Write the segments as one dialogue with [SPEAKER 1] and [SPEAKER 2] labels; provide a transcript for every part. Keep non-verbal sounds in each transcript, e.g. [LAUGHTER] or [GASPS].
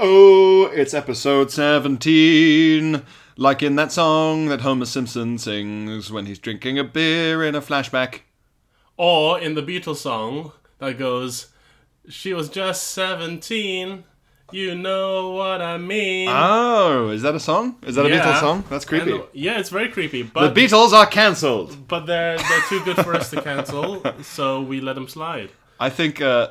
[SPEAKER 1] Oh, it's episode 17. Like in that song that Homer Simpson sings when he's drinking a beer in a flashback.
[SPEAKER 2] Or in the Beatles song that goes, She was just 17. You know what I mean.
[SPEAKER 1] Oh, is that a song? Is that a
[SPEAKER 2] Yeah.
[SPEAKER 1] Beatles song? That's creepy.
[SPEAKER 2] And- yeah, it's very creepy.
[SPEAKER 1] the
[SPEAKER 2] But
[SPEAKER 1] Beatles are cancelled.
[SPEAKER 2] but they're they're too good for us to cancel,
[SPEAKER 1] [LAUGHS]
[SPEAKER 2] so we let them slide.
[SPEAKER 1] I think uh,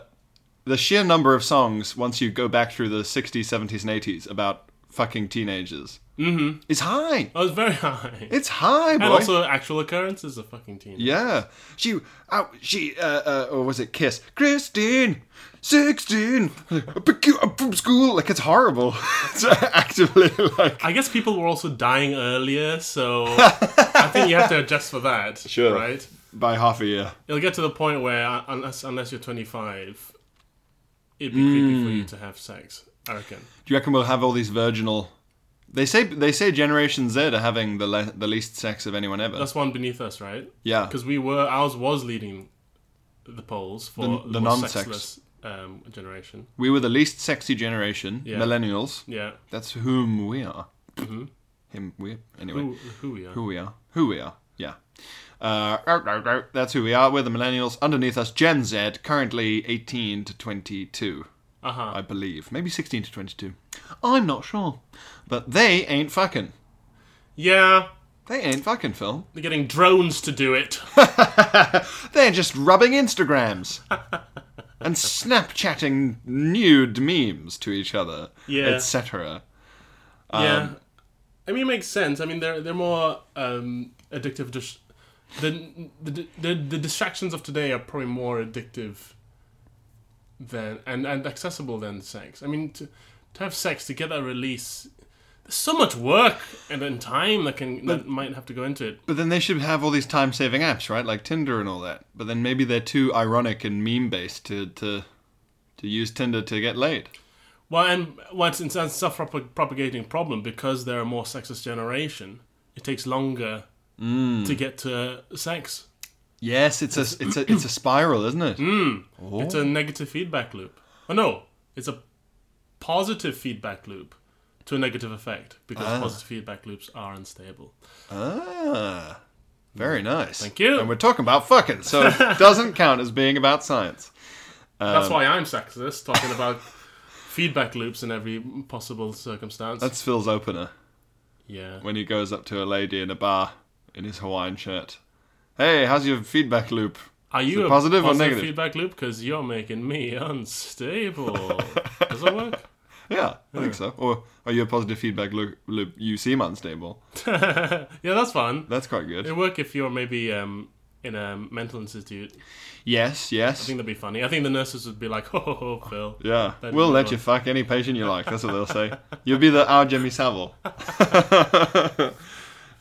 [SPEAKER 1] the sheer number of songs, once you go back through the 60s, 70s, and 80s, about fucking teenagers mm-hmm. is high.
[SPEAKER 2] That was Oh, very high.
[SPEAKER 1] It's high, boy.
[SPEAKER 2] and also actual occurrences of fucking teen.
[SPEAKER 1] Yeah. She, oh, she, uh, uh, or was it Kiss? Christine, 16, I pick you up from school. Like, it's horrible. [LAUGHS] it's actively like.
[SPEAKER 2] I guess people were also dying
[SPEAKER 1] [LAUGHS]
[SPEAKER 2] earlier, so I think you have to adjust for that.
[SPEAKER 1] Sure.
[SPEAKER 2] Right?
[SPEAKER 1] By half a year.
[SPEAKER 2] It'll get to the point where uh, unless unless you're 25, it'd be creepy for
[SPEAKER 1] Hmm.
[SPEAKER 2] you to have sex. I reckon.
[SPEAKER 1] Do you reckon we'll have all these virginal. They say they say Generation Z are having the le- the least sex of anyone ever.
[SPEAKER 2] That's one beneath us, right?
[SPEAKER 1] yeah.
[SPEAKER 2] Because we were ours was leading the polls for
[SPEAKER 1] The-
[SPEAKER 2] the,
[SPEAKER 1] the
[SPEAKER 2] more
[SPEAKER 1] non-sex.
[SPEAKER 2] sexless um, generation.
[SPEAKER 1] We were the least sexy generation, millennials.
[SPEAKER 2] Yeah. Mm-hmm.
[SPEAKER 1] That's whom we are. Him, we. Anyway.
[SPEAKER 2] Who, who we are?
[SPEAKER 1] Who we are. Who we are. Yeah. Uh, row, row, row. that's who we are. We're the millennials. Underneath us, Gen Z, currently 18 to 22,
[SPEAKER 2] Uh-huh.
[SPEAKER 1] I believe. Maybe 16 to 22. I'm not sure. But they ain't fucking.
[SPEAKER 2] Yeah,
[SPEAKER 1] They ain't fucking, Phil.
[SPEAKER 2] they're getting drones to do it.
[SPEAKER 1] They're just rubbing
[SPEAKER 2] [LAUGHS]
[SPEAKER 1] Instagrams and Snapchatting nude memes to each other,
[SPEAKER 2] Yeah.
[SPEAKER 1] etc.
[SPEAKER 2] yeah, I mean, it makes sense. I mean, they're they're more um, addictive. Dis- the, the the the distractions of today are probably more addictive than and and accessible than sex. I mean, to to have sex to get that release. There's so much work and then time that can that might have to go into it.
[SPEAKER 1] But then they should have all these time saving apps, right? Like Tinder and all that. But then maybe they're too ironic and meme based to, to to use Tinder to get laid.
[SPEAKER 2] Well, and well, it's, it's a self-propagating problem because they're a more sexist generation. It takes longer to get to sex.
[SPEAKER 1] Yes, it's a it's a it's a spiral, isn't it?
[SPEAKER 2] Mm. It's a negative feedback loop. Oh no, it's a positive feedback loop to a negative effect because positive feedback loops are unstable.
[SPEAKER 1] Ah, very nice.
[SPEAKER 2] Thank you.
[SPEAKER 1] And we're talking about fucking, so
[SPEAKER 2] [LAUGHS]
[SPEAKER 1] it doesn't count as being about science.
[SPEAKER 2] That's
[SPEAKER 1] Um,
[SPEAKER 2] why I'm sexist, talking about [LAUGHS] feedback loops in every possible circumstance.
[SPEAKER 1] That's Phil's opener
[SPEAKER 2] yeah.
[SPEAKER 1] when he goes up to a lady in a bar in his Hawaiian shirt. Hey, how's your feedback loop?
[SPEAKER 2] Are
[SPEAKER 1] Is
[SPEAKER 2] you
[SPEAKER 1] it
[SPEAKER 2] a
[SPEAKER 1] positive
[SPEAKER 2] positive,
[SPEAKER 1] or negative?
[SPEAKER 2] feedback loop? Because you're making me [LAUGHS] unstable. Does it work?
[SPEAKER 1] Yeah, I think so. Or are you a positive feedback loo- loop? You seem unstable.
[SPEAKER 2] Yeah, that's fun.
[SPEAKER 1] That's quite good.
[SPEAKER 2] It work if you're maybe um, in a mental institute. I
[SPEAKER 1] Yes, yes.
[SPEAKER 2] think that'd be funny. I think the nurses would be like, "Ho ho ho, Phil."
[SPEAKER 1] Yeah,
[SPEAKER 2] That'd
[SPEAKER 1] we'll
[SPEAKER 2] be
[SPEAKER 1] let
[SPEAKER 2] fun.
[SPEAKER 1] you fuck any patient you like. That's what they'll say. You'll be the our Jimmy Savile. um,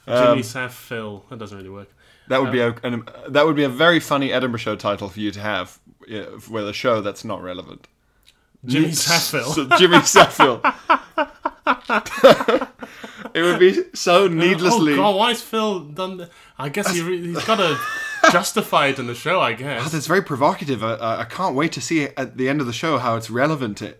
[SPEAKER 2] Jimmy Saf Phil. That doesn't really work.
[SPEAKER 1] That would be a an, that would be a very funny Edinburgh show title for you to have yeah, with a show that's not relevant.
[SPEAKER 2] Jimmy Saf Phil.
[SPEAKER 1] So Jimmy
[SPEAKER 2] [LAUGHS]
[SPEAKER 1] Savile. [LAUGHS] it would be so needlessly.
[SPEAKER 2] Oh God, why is Phil done? th- I guess he re- he's
[SPEAKER 1] [LAUGHS]
[SPEAKER 2] got to justify it in the show. I guess.
[SPEAKER 1] That's very provocative. I- I, I can't wait to see at the end of the show how it's relevant to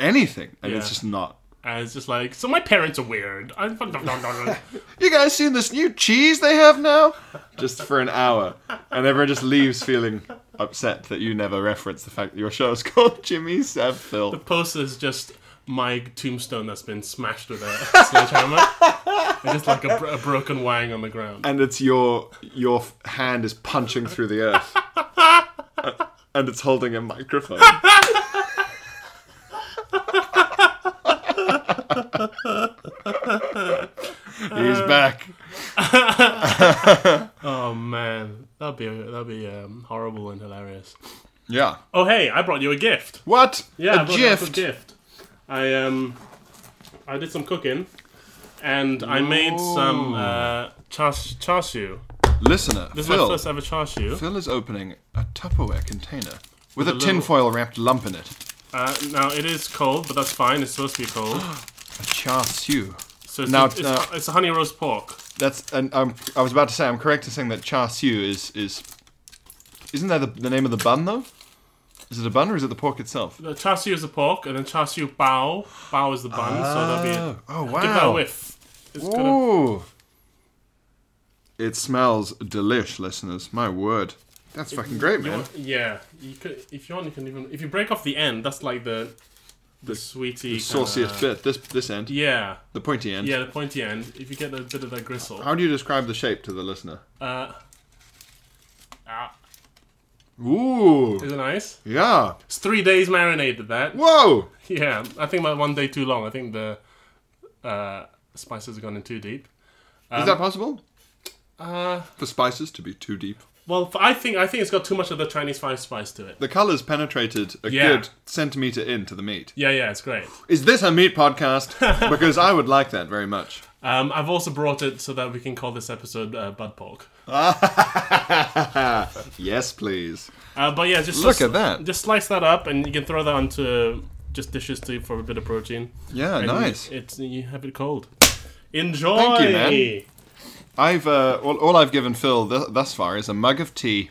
[SPEAKER 1] anything, and it's
[SPEAKER 2] Yeah.
[SPEAKER 1] just not.
[SPEAKER 2] And it's just like, so my parents are weird.
[SPEAKER 1] [LAUGHS]
[SPEAKER 2] I'm fucking-
[SPEAKER 1] you guys seen this new cheese they have now? Just for an hour. And everyone just leaves feeling upset that you never reference the fact that your show is [LAUGHS] called Jimmy Savile.
[SPEAKER 2] Poster's just my tombstone that's been smashed with a sledgehammer. It's just like a, bro- a broken wang on the ground.
[SPEAKER 1] And it's your your f- hand is punching through the earth.
[SPEAKER 2] [LAUGHS]
[SPEAKER 1] A- and it's holding a microphone. He's back.
[SPEAKER 2] Oh man, that'd be that'd be um, horrible and hilarious.
[SPEAKER 1] Yeah.
[SPEAKER 2] Oh hey, I brought you a gift.
[SPEAKER 1] What?
[SPEAKER 2] Yeah,
[SPEAKER 1] a
[SPEAKER 2] I brought you a
[SPEAKER 1] gift.
[SPEAKER 2] gift. I um, I did some cooking, and I made some uh, char char siu.
[SPEAKER 1] Listener,
[SPEAKER 2] This is my
[SPEAKER 1] Phil.
[SPEAKER 2] first ever char siu.
[SPEAKER 1] Phil is opening a Tupperware container with, a,
[SPEAKER 2] a little-
[SPEAKER 1] tinfoil wrapped lump in it.
[SPEAKER 2] Uh, now it is cold, but that's fine. It's supposed to be cold.
[SPEAKER 1] [GASPS] A char siu.
[SPEAKER 2] So it's,
[SPEAKER 1] Now,
[SPEAKER 2] it's, it's,
[SPEAKER 1] uh,
[SPEAKER 2] it's a honey roast pork.
[SPEAKER 1] That's and um, I was about to say I'm correct in saying that char siu is is isn't that the, the name of the bun though? Is it a bun or is it the pork itself?
[SPEAKER 2] The char siu is the pork, and then char siu bao. Bao is the bun, so there'll be.
[SPEAKER 1] Oh
[SPEAKER 2] Give that a
[SPEAKER 1] wow!
[SPEAKER 2] whiff. It's gonna,
[SPEAKER 1] Ooh. It smells delish, listeners. My word, that's fucking great,
[SPEAKER 2] you
[SPEAKER 1] man.
[SPEAKER 2] want- yeah, you could if you want, you can even if you break off the end. That's like the the, sweetie,
[SPEAKER 1] Sauciest
[SPEAKER 2] kinda-
[SPEAKER 1] bit. This this end,
[SPEAKER 2] uh, Yeah,
[SPEAKER 1] the pointy end.
[SPEAKER 2] yeah, the pointy end. If you get a bit of that gristle,
[SPEAKER 1] How do you describe the shape to the listener?
[SPEAKER 2] uh, ah, Uh,
[SPEAKER 1] Ooh.
[SPEAKER 2] is it nice?
[SPEAKER 1] Yeah.
[SPEAKER 2] It's three days marinated. That
[SPEAKER 1] Whoa.
[SPEAKER 2] yeah, I think about one day too long. I think the uh, spices have gone in too deep.
[SPEAKER 1] Is that possible? Uh, For spices to be too deep.
[SPEAKER 2] Well, f- I think I think it's got too much of the Chinese five spice to it.
[SPEAKER 1] The colours penetrated a
[SPEAKER 2] Yeah.
[SPEAKER 1] good centimetre into the meat.
[SPEAKER 2] Yeah, yeah, it's great.
[SPEAKER 1] Is this a meat podcast? because I would like that very much.
[SPEAKER 2] Um, I've also brought it so that we can call this episode uh, Bud Pork.
[SPEAKER 1] Yes, please.
[SPEAKER 2] Uh, but yeah, just
[SPEAKER 1] Look
[SPEAKER 2] just-
[SPEAKER 1] at that.
[SPEAKER 2] Just slice that up, and you can throw that onto just dishes too for a bit of protein.
[SPEAKER 1] Yeah,
[SPEAKER 2] And
[SPEAKER 1] nice.
[SPEAKER 2] It's you have it cold. Enjoy.
[SPEAKER 1] you, man. I've uh, all, all I've given Phil th- thus far is a mug of tea,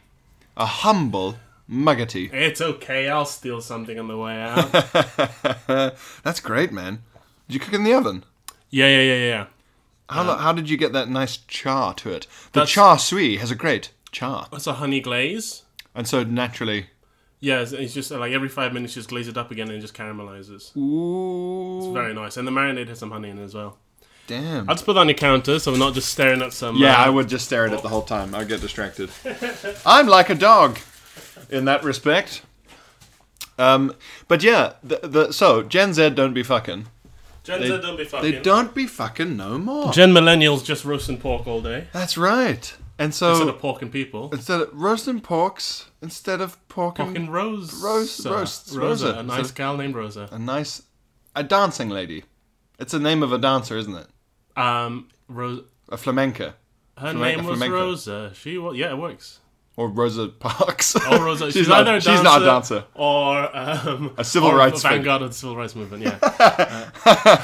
[SPEAKER 1] a humble mug of tea. [LAUGHS]
[SPEAKER 2] It's okay. I'll steal something on the way out. yeah,
[SPEAKER 1] That's great, man. Did you cook it in the oven?
[SPEAKER 2] yeah, yeah, yeah.
[SPEAKER 1] How, lo- how did you get that nice char to it? The
[SPEAKER 2] That's-
[SPEAKER 1] char sui has a great char,
[SPEAKER 2] That's a honey glaze.
[SPEAKER 1] and so naturally,
[SPEAKER 2] Yeah, it's, it's just uh, like every five minutes, just glaze it up again and it just caramelizes.
[SPEAKER 1] ooh,
[SPEAKER 2] It's very nice, and the marinade has some honey in it as well.
[SPEAKER 1] damn.
[SPEAKER 2] I'll just put that on your counter so we're not just staring at some.
[SPEAKER 1] Yeah,
[SPEAKER 2] uh,
[SPEAKER 1] I would just stare at it the whole time. I'd get
[SPEAKER 2] [LAUGHS]
[SPEAKER 1] distracted. I'm like a dog in that respect. Um, but yeah, the, the so Gen Z don't be fucking.
[SPEAKER 2] Gen Z, uh, don't be fucking.
[SPEAKER 1] They don't be fucking no more.
[SPEAKER 2] Gen millennials just roasting pork all day
[SPEAKER 1] That's right. And
[SPEAKER 2] instead
[SPEAKER 1] so
[SPEAKER 2] of pork and people.
[SPEAKER 1] instead of roasting porks, instead of pork and
[SPEAKER 2] Fucking Rose.
[SPEAKER 1] Rose- Rose-
[SPEAKER 2] Rosa.
[SPEAKER 1] Rosa.
[SPEAKER 2] A nice gal named Rosa.
[SPEAKER 1] a nice a dancing lady. It's the name of a dancer, isn't it?
[SPEAKER 2] Um, Ro-
[SPEAKER 1] A flamenca
[SPEAKER 2] her
[SPEAKER 1] Flamen-
[SPEAKER 2] name was
[SPEAKER 1] flamenco.
[SPEAKER 2] Rosa. She was. Yeah, it works.
[SPEAKER 1] or Rosa Parks.
[SPEAKER 2] Oh, Rosa.
[SPEAKER 1] [LAUGHS] she's,
[SPEAKER 2] she's,
[SPEAKER 1] not.
[SPEAKER 2] either a dancer,
[SPEAKER 1] she's not a dancer.
[SPEAKER 2] or um,
[SPEAKER 1] A civil
[SPEAKER 2] or
[SPEAKER 1] rights
[SPEAKER 2] a
[SPEAKER 1] figure.
[SPEAKER 2] vanguard of the civil rights
[SPEAKER 1] [LAUGHS]
[SPEAKER 2] movement. Yeah.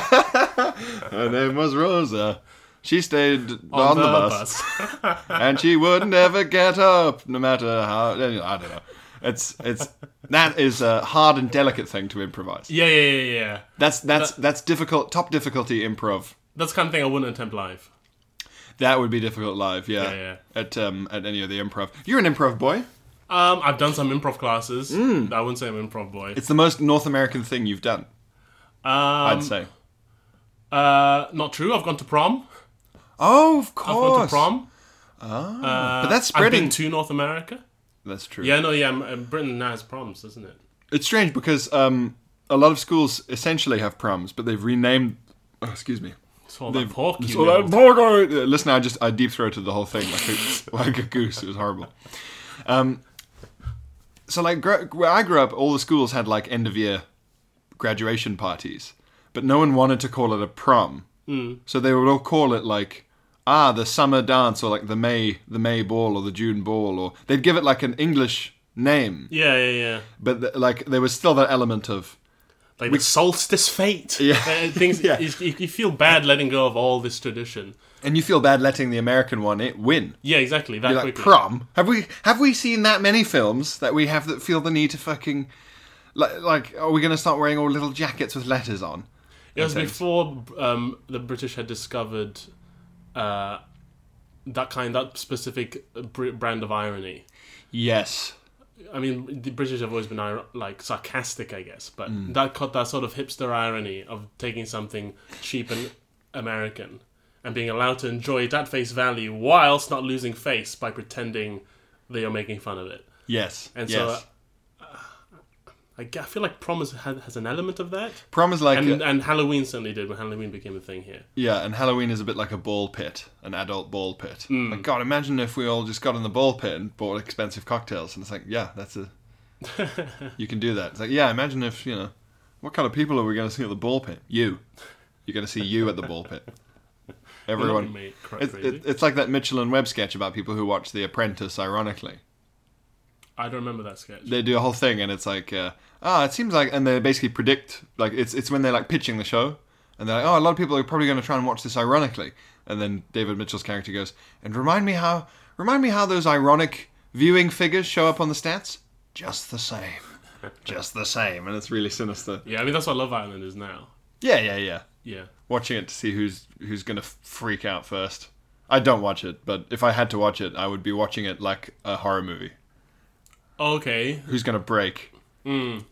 [SPEAKER 1] Her name was Rosa. She stayed on, the, bus.
[SPEAKER 2] bus.
[SPEAKER 1] [LAUGHS] and she would never get up, no matter how. I don't know. It's it's that is a hard and delicate thing to improvise.
[SPEAKER 2] yeah, yeah, yeah, yeah.
[SPEAKER 1] That's that's that's difficult. Top difficulty improv.
[SPEAKER 2] That's the kind of thing I wouldn't attempt live.
[SPEAKER 1] That would be difficult live. Yeah.
[SPEAKER 2] Yeah, yeah.
[SPEAKER 1] At um at any of the improv. You're an improv boy.
[SPEAKER 2] Um, I've done some improv classes. I wouldn't say I'm an improv boy.
[SPEAKER 1] Mm. It's the most North American thing you've done.
[SPEAKER 2] Um,
[SPEAKER 1] I'd say.
[SPEAKER 2] Uh, not true. I've gone to prom.
[SPEAKER 1] Oh, of
[SPEAKER 2] I've gone
[SPEAKER 1] course.
[SPEAKER 2] to prom. Uh,
[SPEAKER 1] But that's
[SPEAKER 2] I've
[SPEAKER 1] spreading.
[SPEAKER 2] been to North America.
[SPEAKER 1] that's true.
[SPEAKER 2] Yeah, no, yeah. um, Britain now has proms, doesn't it?
[SPEAKER 1] It's strange because um a lot of schools essentially have proms, but they've renamed. Oh, excuse me.
[SPEAKER 2] It's all that pork. You
[SPEAKER 1] So
[SPEAKER 2] know.
[SPEAKER 1] that pork I- uh, Listen, I just I deep throated the whole thing like a, [LAUGHS] like a goose. It was horrible. Um, so like gr- where I grew up, all the schools had like end of year graduation parties, but no one wanted to call it a prom.
[SPEAKER 2] Hmm.
[SPEAKER 1] Mm. So they would all call it like ah the summer dance or like the May the May ball or the June ball or they'd give it like an English name,
[SPEAKER 2] Yeah, yeah, yeah.
[SPEAKER 1] but th- like there was still that element of
[SPEAKER 2] Like the solstice fate.
[SPEAKER 1] Yeah.
[SPEAKER 2] Uh, things.
[SPEAKER 1] [LAUGHS] Yeah.
[SPEAKER 2] You, you- you feel bad letting go of all this tradition.
[SPEAKER 1] and you feel bad letting the American one it win.
[SPEAKER 2] Yeah, exactly. That
[SPEAKER 1] Be like
[SPEAKER 2] quickly.
[SPEAKER 1] prom. Have we have we seen that many films that we have that feel the need to fucking like like are we going to start wearing all little jackets with letters on?
[SPEAKER 2] It was before um, the British had discovered uh, that kind, that specific br- brand of irony.
[SPEAKER 1] Yes.
[SPEAKER 2] I mean, the British have always been ir- like sarcastic, I guess, but that caught that sort of hipster irony of taking something cheap and American and being allowed to enjoy it at face value whilst not losing face by pretending that you're making fun of it.
[SPEAKER 1] Yes.
[SPEAKER 2] And
[SPEAKER 1] yes.
[SPEAKER 2] so, uh, Like I feel like prom is, has, has an element of that,
[SPEAKER 1] Prom is like uh,
[SPEAKER 2] and
[SPEAKER 1] a-
[SPEAKER 2] and Halloween certainly did when Halloween became a thing here.
[SPEAKER 1] yeah, and Halloween is a bit like a ball pit, an adult ball pit. Like God, imagine if we all just got in the ball pit and bought expensive cocktails, and it's like, yeah, that's a you can do that. It's like, yeah, imagine if you know what kind of people are we going to see at the ball pit? You, you're going to see you at the ball pit. Everyone,
[SPEAKER 2] Mate, cra-
[SPEAKER 1] it's,
[SPEAKER 2] crazy.
[SPEAKER 1] it, it's like that Mitchell and Webb sketch about people who watch The Apprentice. Ironically,
[SPEAKER 2] I don't remember that sketch.
[SPEAKER 1] they do a whole thing and it's like uh, ah it seems like and they basically predict like it's it's when they're like pitching the show and they're like oh a lot of people are probably going to try and watch this ironically and then david mitchell's character goes and remind me how remind me how those ironic viewing figures show up on the stats just the same just the same and it's really sinister
[SPEAKER 2] yeah, I mean that's what Love Island is now.
[SPEAKER 1] yeah yeah yeah
[SPEAKER 2] Yeah,
[SPEAKER 1] watching it to see who's who's going to freak out first i don't watch it but if i had to watch it i would be watching it like a horror movie
[SPEAKER 2] Okay.
[SPEAKER 1] who's going to break.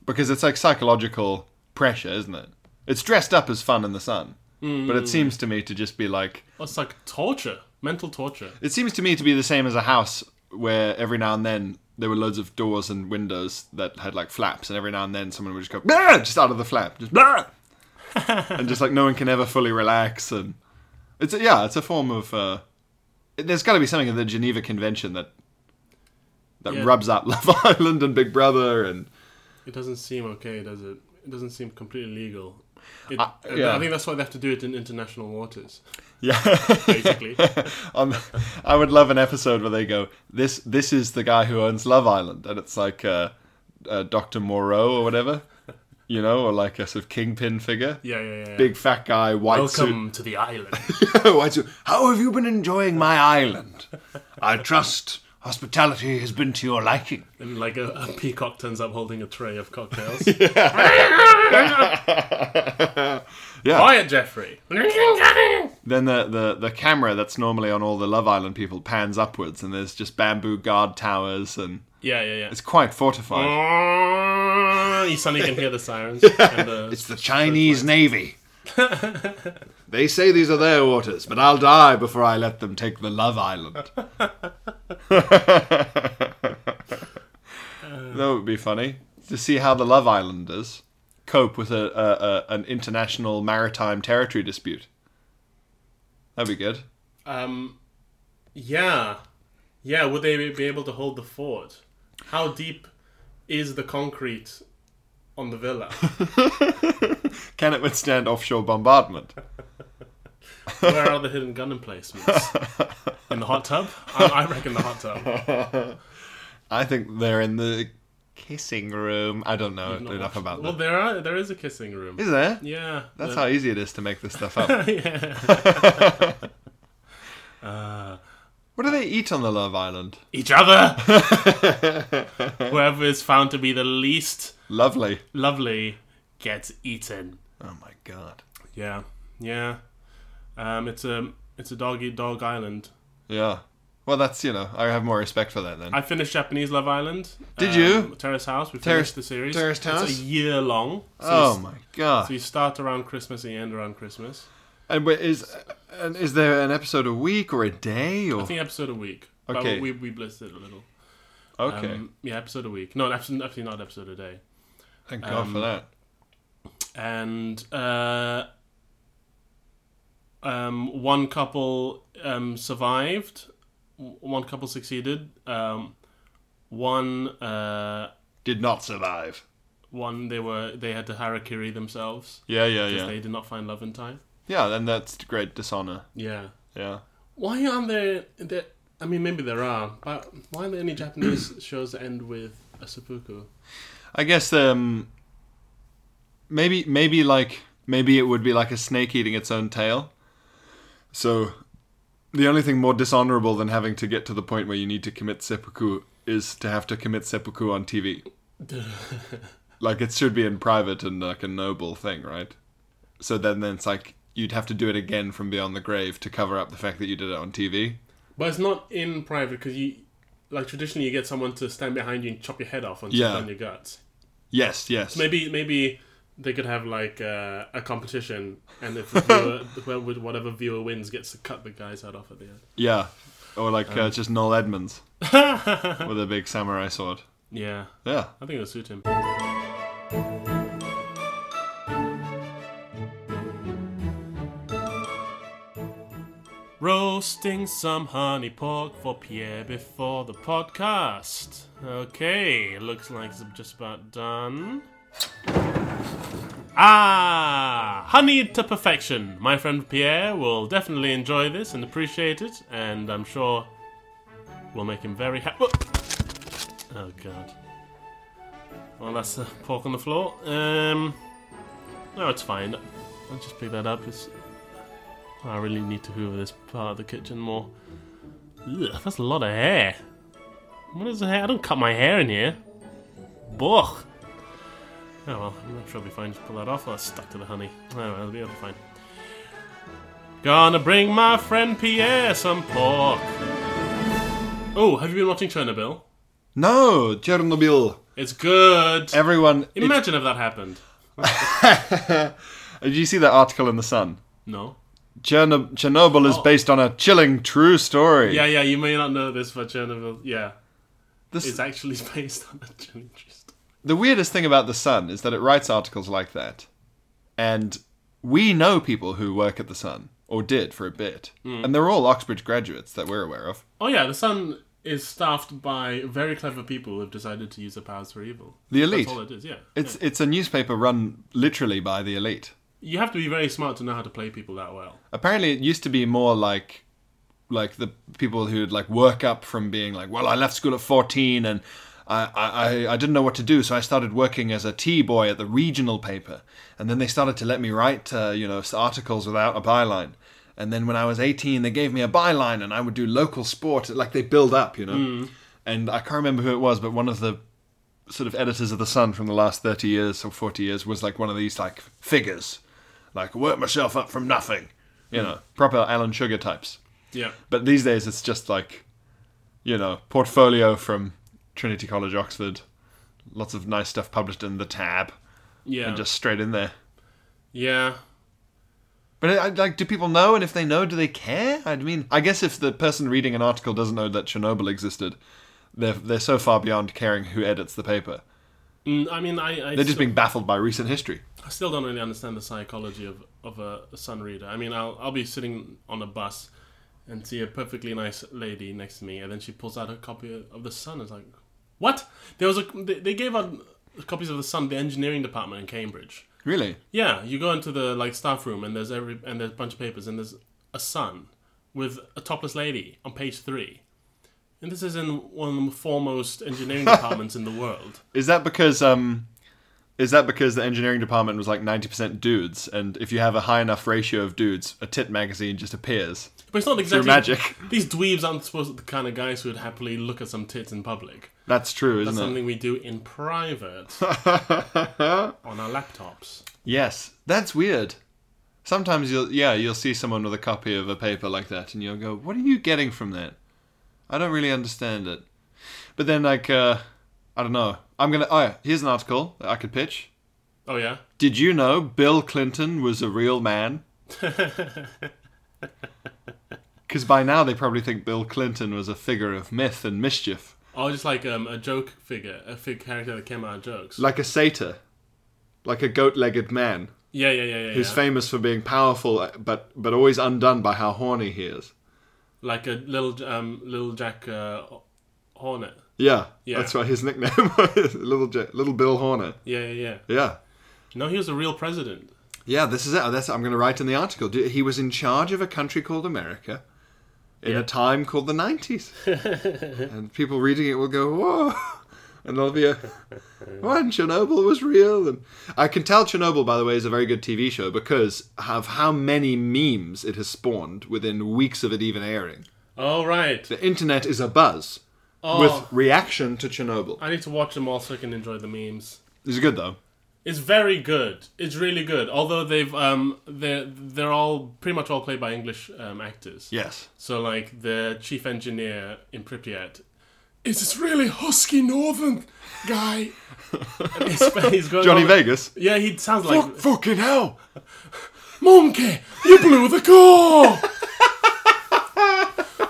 [SPEAKER 1] Because it's like psychological pressure, isn't it? It's dressed up as fun in the sun. But it seems to me to just be like.
[SPEAKER 2] Oh, It's like torture, mental torture.
[SPEAKER 1] It seems to me to be the same as a house where every now and then there were loads of doors and windows that had like flaps, and every now and then someone would just go, "Bah!" just out of the flap. Just, "Bah!" and just like no one can ever fully relax. And it's, a, yeah, it's a form of. Uh, there's got to be something in the Geneva Convention that. That
[SPEAKER 2] Yeah.
[SPEAKER 1] rubs out [LAUGHS] Love Island and Big Brother and
[SPEAKER 2] It doesn't seem okay, does it? It doesn't seem completely legal. It,
[SPEAKER 1] Uh,
[SPEAKER 2] I-
[SPEAKER 1] yeah.
[SPEAKER 2] I think that's why they have to do it in international waters,
[SPEAKER 1] yeah.
[SPEAKER 2] [LAUGHS]
[SPEAKER 1] [LAUGHS]
[SPEAKER 2] basically.
[SPEAKER 1] Um, I would love an episode where they go, "This this is the guy who owns Love Island," and it's like uh, uh, Doctor Moreau or whatever, you know, or like a sort of kingpin figure.
[SPEAKER 2] yeah, yeah, yeah.
[SPEAKER 1] Big fat guy, white
[SPEAKER 2] Welcome to the island.
[SPEAKER 1] suit. [LAUGHS] white suit. How have you been enjoying my island? I trust hospitality has been to your liking.
[SPEAKER 2] and like a, a peacock turns up holding a tray
[SPEAKER 1] [LAUGHS]
[SPEAKER 2] of cocktails.
[SPEAKER 1] Yeah.
[SPEAKER 2] Quiet, Jeffrey.
[SPEAKER 1] Then the, the the camera that's normally on all the Love Island people pans upwards, and there's just bamboo guard towers, and
[SPEAKER 2] Yeah, yeah,
[SPEAKER 1] it's quite fortified.
[SPEAKER 2] yeah. You suddenly can hear the
[SPEAKER 1] [LAUGHS]
[SPEAKER 2] sirens. and the,
[SPEAKER 1] It's the Chinese Navy. [LAUGHS] they say these are their waters, but I'll die before I let them take the Love Island. [LAUGHS] that would be funny to see how the Love Islanders cope with a, a, a an international maritime territory dispute. That'd be good.
[SPEAKER 2] um, yeah, yeah. Would they be- be able to hold the fort? How deep is the concrete on
[SPEAKER 1] [LAUGHS]
[SPEAKER 2] the villa?
[SPEAKER 1] Can it withstand offshore bombardment?
[SPEAKER 2] Where are the hidden gun emplacements? In the hot tub? I, I reckon the hot tub.
[SPEAKER 1] I think they're in the kissing room. I don't know enough about
[SPEAKER 2] Well,
[SPEAKER 1] that.
[SPEAKER 2] there are there is a kissing room.
[SPEAKER 1] Is there?
[SPEAKER 2] Yeah, [LAUGHS]
[SPEAKER 1] That's how easy it is to make this stuff up. what do they eat on the Love Island?
[SPEAKER 2] each
[SPEAKER 1] [LAUGHS]
[SPEAKER 2] other. Whoever is found to be the least
[SPEAKER 1] Lovely.
[SPEAKER 2] lovely gets eaten.
[SPEAKER 1] Oh my god.
[SPEAKER 2] Yeah, yeah. Um, it's a it's a dog eat dog island.
[SPEAKER 1] Yeah. Well, that's you know, I have more respect for that then.
[SPEAKER 2] I finished Japanese Love Island.
[SPEAKER 1] Did
[SPEAKER 2] um,
[SPEAKER 1] you?
[SPEAKER 2] Terrace House? We
[SPEAKER 1] Terrace-
[SPEAKER 2] finished the series.
[SPEAKER 1] Terrace House?
[SPEAKER 2] It's a year long. So you
[SPEAKER 1] oh
[SPEAKER 2] s-
[SPEAKER 1] my god.
[SPEAKER 2] So you start around Christmas and you end around Christmas.
[SPEAKER 1] and wait, is and is there an episode a week or a day or
[SPEAKER 2] I think episode a week.
[SPEAKER 1] Okay.
[SPEAKER 2] But we we blitzed it a little.
[SPEAKER 1] okay?
[SPEAKER 2] Um, yeah, episode a week. No, absolutely, absolutely not episode a day.
[SPEAKER 1] Thank God
[SPEAKER 2] um,
[SPEAKER 1] for that.
[SPEAKER 2] and uh, um, one couple um, survived, w- one couple succeeded, um, one uh,
[SPEAKER 1] Did not survive.
[SPEAKER 2] one they were they had to harakiri themselves
[SPEAKER 1] Yeah, yeah,
[SPEAKER 2] 'cause
[SPEAKER 1] yeah.
[SPEAKER 2] they did not find love in time.
[SPEAKER 1] Yeah, then that's great dishonor.
[SPEAKER 2] Yeah,
[SPEAKER 1] Yeah.
[SPEAKER 2] why aren't there? there I mean, maybe there are, but why aren't there any Japanese shows that end with a seppuku?
[SPEAKER 1] I guess um maybe maybe like maybe it would be like a snake eating its own tail. So the only thing more dishonorable than having to get to the point where you need to commit seppuku is to have to commit seppuku on TV. like it should be in private and like a noble thing, right? So then then it's like you'd have to do it again from beyond the grave to cover up the fact that you did it on TV.
[SPEAKER 2] But it's not in private because you, like traditionally, you get someone to stand behind you and chop your head off and
[SPEAKER 1] Yeah.
[SPEAKER 2] yeah. down your guts.
[SPEAKER 1] Yes, yes.
[SPEAKER 2] Maybe maybe they could have like uh, a competition, and if the viewer, whoever- whatever viewer wins gets to cut the guy's head off at the end.
[SPEAKER 1] Yeah. Or like uh, just Noel Edmonds with a big samurai sword.
[SPEAKER 2] Yeah,
[SPEAKER 1] Yeah.
[SPEAKER 2] I think it'll suit him. Roasting some honey pork for Pierre before the podcast. Okay, looks like it's just about done. Ah, honeyed to perfection. My friend Pierre will definitely enjoy this and appreciate it, and I'm sure will make him very happy. Oh god. Well, that's uh, pork on the floor. Um, no, it's fine. I'll just pick that up. It's, I really need to hoover this part of the kitchen more. Ugh, that's a lot of hair. What is the hair? I don't cut my hair in here. Boch. Oh well, I'm not sure I'll be fine. Just pull that off. I'll stuck to the honey. Oh well, it'll be it'll be fine. Gonna bring my friend Pierre some pork. Oh, have you been watching Chernobyl?
[SPEAKER 1] No, Chernobyl.
[SPEAKER 2] It's good.
[SPEAKER 1] Everyone. it-
[SPEAKER 2] Imagine if that happened.
[SPEAKER 1] did you see that article in the Sun?
[SPEAKER 2] No.
[SPEAKER 1] Cherno- Chernobyl is based on a chilling true story.
[SPEAKER 2] Oh. Yeah, yeah, you may not know this, but Chernobyl, yeah,
[SPEAKER 1] This-
[SPEAKER 2] it's actually [LAUGHS] based on a true story.
[SPEAKER 1] the weirdest thing about the Sun is that it writes articles like that, and we know people who work at the Sun or did for a bit,
[SPEAKER 2] Hmm.
[SPEAKER 1] and they're all Oxbridge graduates that we're aware of.
[SPEAKER 2] Oh yeah, the sun is staffed by very clever people who've decided to use their powers for evil.
[SPEAKER 1] The elite.
[SPEAKER 2] That's all it is. Yeah.
[SPEAKER 1] It's it's a newspaper run literally by the elite.
[SPEAKER 2] You have to be very smart to know how to play people that well.
[SPEAKER 1] Apparently, it used to be more like like the people who'd like work up from being like, well, I left school at fourteen and. I, I, I- I didn't know what to do, so I started working as a tea boy at the regional paper, and then they started to let me write, uh, you know, articles without a byline. And then when I was eighteen, they gave me a byline, and I would do local sport. Like they build up, you know. And I can't remember who it was, but one of the sort of editors of the Sun from the last thirty years or forty years was like one of these like figures, like work myself up from nothing, you know, proper Alan Sugar types.
[SPEAKER 2] Yeah.
[SPEAKER 1] But these days it's just like, you know, portfolio from Trinity College, Oxford, lots of nice stuff published in the Tab,
[SPEAKER 2] Yeah.
[SPEAKER 1] and just straight in there.
[SPEAKER 2] yeah.
[SPEAKER 1] But I, I- like, do people know? And if they know, do they care? I mean, I guess if the person reading an article doesn't know that Chernobyl existed, they're they're so far beyond caring who edits the paper.
[SPEAKER 2] Mm, I mean, I, I
[SPEAKER 1] They're just
[SPEAKER 2] still,
[SPEAKER 1] being baffled by recent history.
[SPEAKER 2] I still don't really understand the psychology of of a, a sun reader. I mean, I'll I'll be sitting on a bus and see a perfectly nice lady next to me, and then she pulls out her copy of the Sun. It's like, what? There was a they, they gave out copies of the Sun, the engineering department in Cambridge.
[SPEAKER 1] Really?
[SPEAKER 2] Yeah, you go into the like staff room and there's every and there's a bunch of papers and there's a sun with a topless lady on page three. And this is in one of the foremost engineering departments in the world.
[SPEAKER 1] Is that because um is that because the engineering department was like 90% dudes and if you have a high enough ratio of dudes a tit magazine just appears.
[SPEAKER 2] But it's not exactly
[SPEAKER 1] magic.
[SPEAKER 2] [LAUGHS] These dweebs aren't supposed to be the kind of guys who would happily look at some tits in public.
[SPEAKER 1] That's true, isn't
[SPEAKER 2] That's
[SPEAKER 1] it?
[SPEAKER 2] something we do in
[SPEAKER 1] [LAUGHS]
[SPEAKER 2] private on our laptops.
[SPEAKER 1] Yes. That's weird. Sometimes you'll yeah, you'll see someone with a copy of a paper like that and you'll go, "What are you getting from that?" I don't really understand it. But then like uh I don't know. I'm going to Oh, yeah, here's an article that I could pitch.
[SPEAKER 2] Oh yeah.
[SPEAKER 1] Did you know Bill Clinton was a real
[SPEAKER 2] [LAUGHS]
[SPEAKER 1] man? Because by now they probably think Bill Clinton was a figure of myth and mischief,
[SPEAKER 2] Or just like um, a joke figure, a fig character that came out of jokes.
[SPEAKER 1] like a satyr, like a goat-legged man
[SPEAKER 2] yeah, yeah, yeah, yeah.
[SPEAKER 1] who's
[SPEAKER 2] yeah.
[SPEAKER 1] famous for being powerful, but but always undone by how horny he is.
[SPEAKER 2] like a little um, little Jack uh, Hornet.
[SPEAKER 1] Yeah,
[SPEAKER 2] Yeah.
[SPEAKER 1] that's right. His nickname, [LAUGHS] little J- little Bill Hornet.
[SPEAKER 2] Yeah, yeah, yeah.
[SPEAKER 1] Yeah,
[SPEAKER 2] No, he was a real president.
[SPEAKER 1] Yeah, this is it. Oh, That's I'm going to write in the article. Do- He was in charge of a country called America in a time called the 90s. and people reading it will go, whoa. And there'll be a, [LAUGHS] when Chernobyl was real. And I can tell Chernobyl, by the way, is a very good TV show because of how many memes it has spawned within weeks of it even airing.
[SPEAKER 2] Oh, right.
[SPEAKER 1] The internet is abuzz with reaction to Chernobyl.
[SPEAKER 2] I need to watch them all so I can enjoy the memes.
[SPEAKER 1] It's good, though.
[SPEAKER 2] It's very good. It's really good. Although they've um they're they're all pretty much all played by English um, actors.
[SPEAKER 1] Yes.
[SPEAKER 2] So like the chief engineer in Pripyat is this really husky northern
[SPEAKER 1] [LAUGHS]
[SPEAKER 2] guy. And he's, he's going
[SPEAKER 1] Johnny
[SPEAKER 2] on-
[SPEAKER 1] Vegas.
[SPEAKER 2] Yeah, he sounds like
[SPEAKER 1] Fuck, fucking hell.
[SPEAKER 2] Monkey, you blew the
[SPEAKER 1] [LAUGHS]
[SPEAKER 2] core!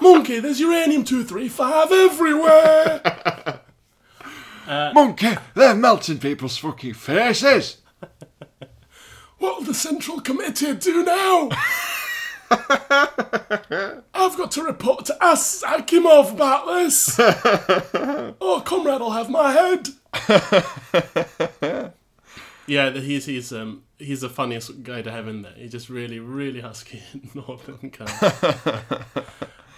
[SPEAKER 2] Monkey, there's uranium 235 everywhere!
[SPEAKER 1] Monkey, they're melting people's fucking faces.
[SPEAKER 2] What'll the Central Committee do now? I've got to report to Ass Akimov about this. oh, comrade, I'll have my head. yeah, the- he's he's um he's the funniest guy to have in there. He's just really really husky [LAUGHS] and northern guy.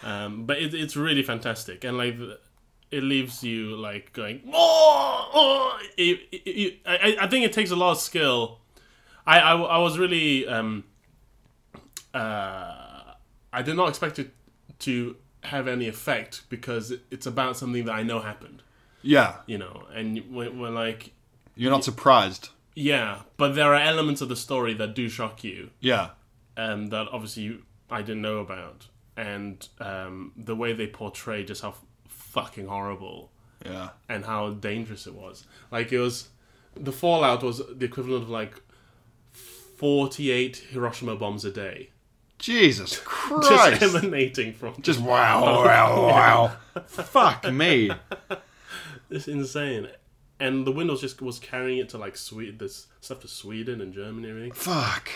[SPEAKER 2] um, but it, it's really fantastic, and like the- it leaves you like going oh, oh! It- it- it- I, I- I think it takes a lot of skill. I I, I was really um. uh, I did not expect it to have any effect because it's about something that I know happened,
[SPEAKER 1] Yeah,
[SPEAKER 2] you know, and we're, we're like,
[SPEAKER 1] you're not surprised.
[SPEAKER 2] yeah, but there are elements of the story that do shock you,
[SPEAKER 1] Yeah,
[SPEAKER 2] um, that obviously you, I didn't know about, and um, the way they portray just how f- fucking horrible
[SPEAKER 1] yeah,
[SPEAKER 2] and how dangerous it was. Like it was, the fallout was the equivalent of like forty-eight Hiroshima bombs a day,
[SPEAKER 1] Jesus
[SPEAKER 2] just
[SPEAKER 1] Christ!
[SPEAKER 2] [LAUGHS] emanating from
[SPEAKER 1] Just wow, wow, wow. Fuck me.
[SPEAKER 2] It's insane. And the Windows just was carrying it to like Sweden, this stuff to Sweden and Germany and everything.
[SPEAKER 1] Fuck.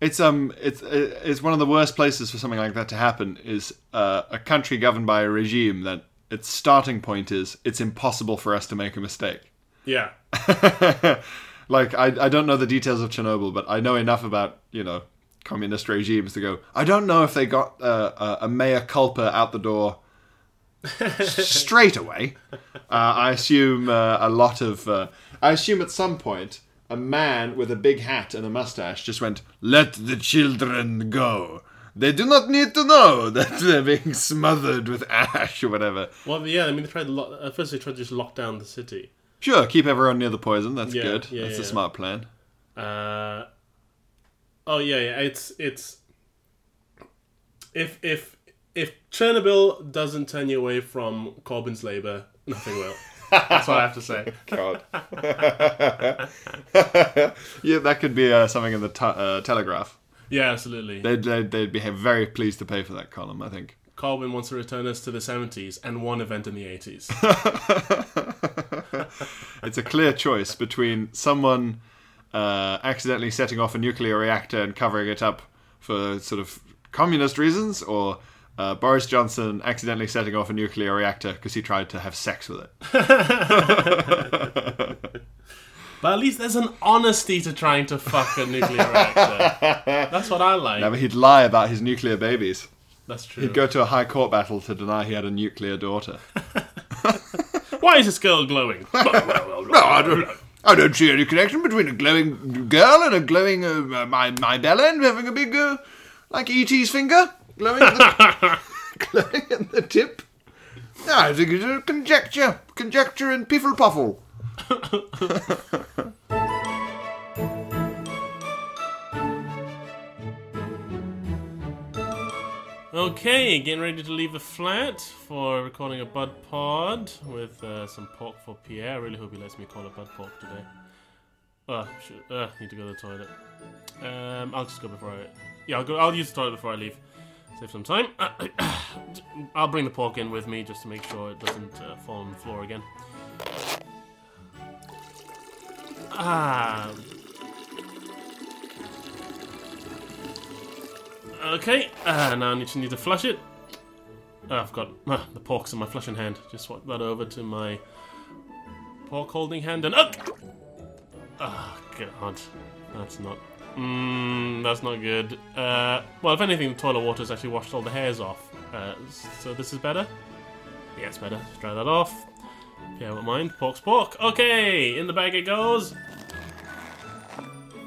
[SPEAKER 1] It's um, it's it's one of the worst places for something like that to happen. Is uh, a country governed by a regime that its starting point is it's impossible for us to make a mistake.
[SPEAKER 2] Yeah.
[SPEAKER 1] [LAUGHS] like I, I don't know the details of Chernobyl, but I know enough about you know communist regimes to go. I don't know if they got uh, a, a mea culpa out the
[SPEAKER 2] [LAUGHS]
[SPEAKER 1] door s- straight away. Uh, I assume uh, a lot of. Uh, I assume at some point a man with a big hat and a mustache just went, "Let the children go." They do not need to know [LAUGHS] that they're being smothered with ash or whatever.
[SPEAKER 2] Well, yeah. I mean, they tried to lock, at first they tried to just lock down the city,
[SPEAKER 1] Sure, keep everyone near the poison. That's
[SPEAKER 2] Yeah,
[SPEAKER 1] good.
[SPEAKER 2] yeah,
[SPEAKER 1] That's a
[SPEAKER 2] yeah.
[SPEAKER 1] smart plan.
[SPEAKER 2] Uh, oh yeah, yeah. It's it's if if if Chernobyl doesn't turn you away from Corbyn's Labour, nothing will. That's what I have to say.
[SPEAKER 1] God. [LAUGHS] yeah, that could be uh, something in the t- uh, Telegraph.
[SPEAKER 2] Yeah, absolutely.
[SPEAKER 1] They'd, they'd, they'd be very pleased to pay for that column, I think.
[SPEAKER 2] Corbyn wants to return us to the seventies and one event in the eighties. [LAUGHS]
[SPEAKER 1] It's a clear choice between someone uh, accidentally setting off a nuclear reactor and covering it up for sort of communist reasons, or uh, Boris Johnson accidentally setting off a nuclear reactor because he tried to have sex with it.
[SPEAKER 2] But at least there's an honesty to trying to fuck a nuclear reactor. That's what I like.
[SPEAKER 1] Now, he'd lie about his nuclear babies.
[SPEAKER 2] That's true.
[SPEAKER 1] He'd go to a high court battle to deny he had a nuclear daughter.
[SPEAKER 2] Why is this girl glowing? [LAUGHS]
[SPEAKER 1] Oh, I don't, I don't see any connection between a glowing girl and a glowing uh, my my bell end having a big uh, like ET's finger glowing at the, [LAUGHS] glowing at the tip. No, I think it's a conjecture, conjecture and piffle puffle.
[SPEAKER 2] okay, getting ready to leave the flat for recording a Bud Pod with uh, some pork for Pierre. I really hope he lets me call it Bud Pork today. Oh, shit. Uh, need to go to the toilet. Um, I'll just go before I. Yeah, I'll go. I'll use the toilet before I leave. Save some time. [COUGHS] I'll bring the pork in with me just to make sure it doesn't uh, fall on the floor again. Ah. Okay. Uh, now I need to need to flush it. Ah, I've got ah, the pork's in my flushing hand. Just swap that over to my pork holding hand and up. Ah, god, that's not. Mmm, that's not good. Uh, well, if anything, the toilet water's actually washed all the hairs off. Uh, so this is better. Yeah, it's better. Just dry that off. Yeah, won't mind. Pork's pork. Okay, in the bag it goes.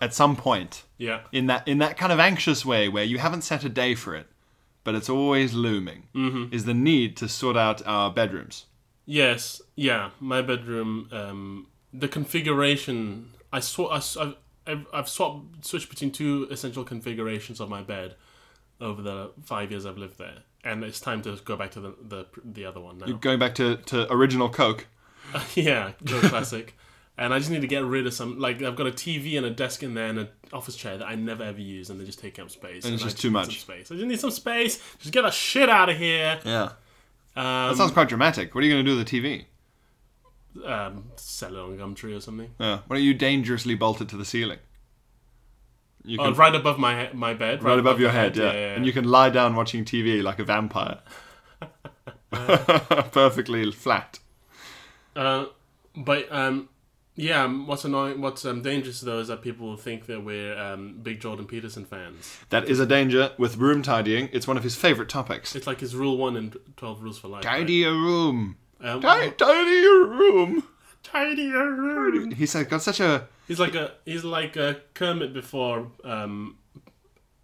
[SPEAKER 1] at some point
[SPEAKER 2] Uh-huh. Yeah.
[SPEAKER 1] in that in that kind of anxious way where you haven't set a day for it, but it's always looming, is the need to sort out our bedrooms.
[SPEAKER 2] Yes, yeah, my bedroom. Um, the configuration. I sw- I, s- I've- I've, I've swapped switched between two essential configurations of my bed over the five years I've lived there, and it's time to go back to the the, the other one now. [LAUGHS]
[SPEAKER 1] Going back to, to original Coke,
[SPEAKER 2] yeah, go classic. [LAUGHS] And I just need to get rid of some. Like I've got a TV and a desk in there and an office chair that I never ever use, and they just take up space. And,
[SPEAKER 1] it's
[SPEAKER 2] I
[SPEAKER 1] just too
[SPEAKER 2] need
[SPEAKER 1] much.
[SPEAKER 2] some space. I just need some space. Just get that shit out of here.
[SPEAKER 1] yeah, that
[SPEAKER 2] Um,
[SPEAKER 1] sounds quite dramatic. What are you going to do with the TV?
[SPEAKER 2] um, sell it on Gumtree or something.
[SPEAKER 1] Yeah. Why don't you dangerously bolt it to the ceiling? You
[SPEAKER 2] Oh,
[SPEAKER 1] can
[SPEAKER 2] right above my he- my bed.
[SPEAKER 1] right above your
[SPEAKER 2] my
[SPEAKER 1] head, yeah. and you can lie down watching TV like a vampire,
[SPEAKER 2] [LAUGHS]
[SPEAKER 1] perfectly flat.
[SPEAKER 2] Uh, but um, yeah. um, What's annoying? What's um, dangerous though is that people will think that we're um, big Jordan Peterson fans.
[SPEAKER 1] That is a danger with room tidying. It's one of his favorite topics.
[SPEAKER 2] It's like his rule one and twelve rules for life. right?
[SPEAKER 1] Tidy your room.
[SPEAKER 2] Um,
[SPEAKER 1] Ti- tidy your room.
[SPEAKER 2] tidy your room.
[SPEAKER 1] He's like, got such a
[SPEAKER 2] He's like a he's like a Kermit before um,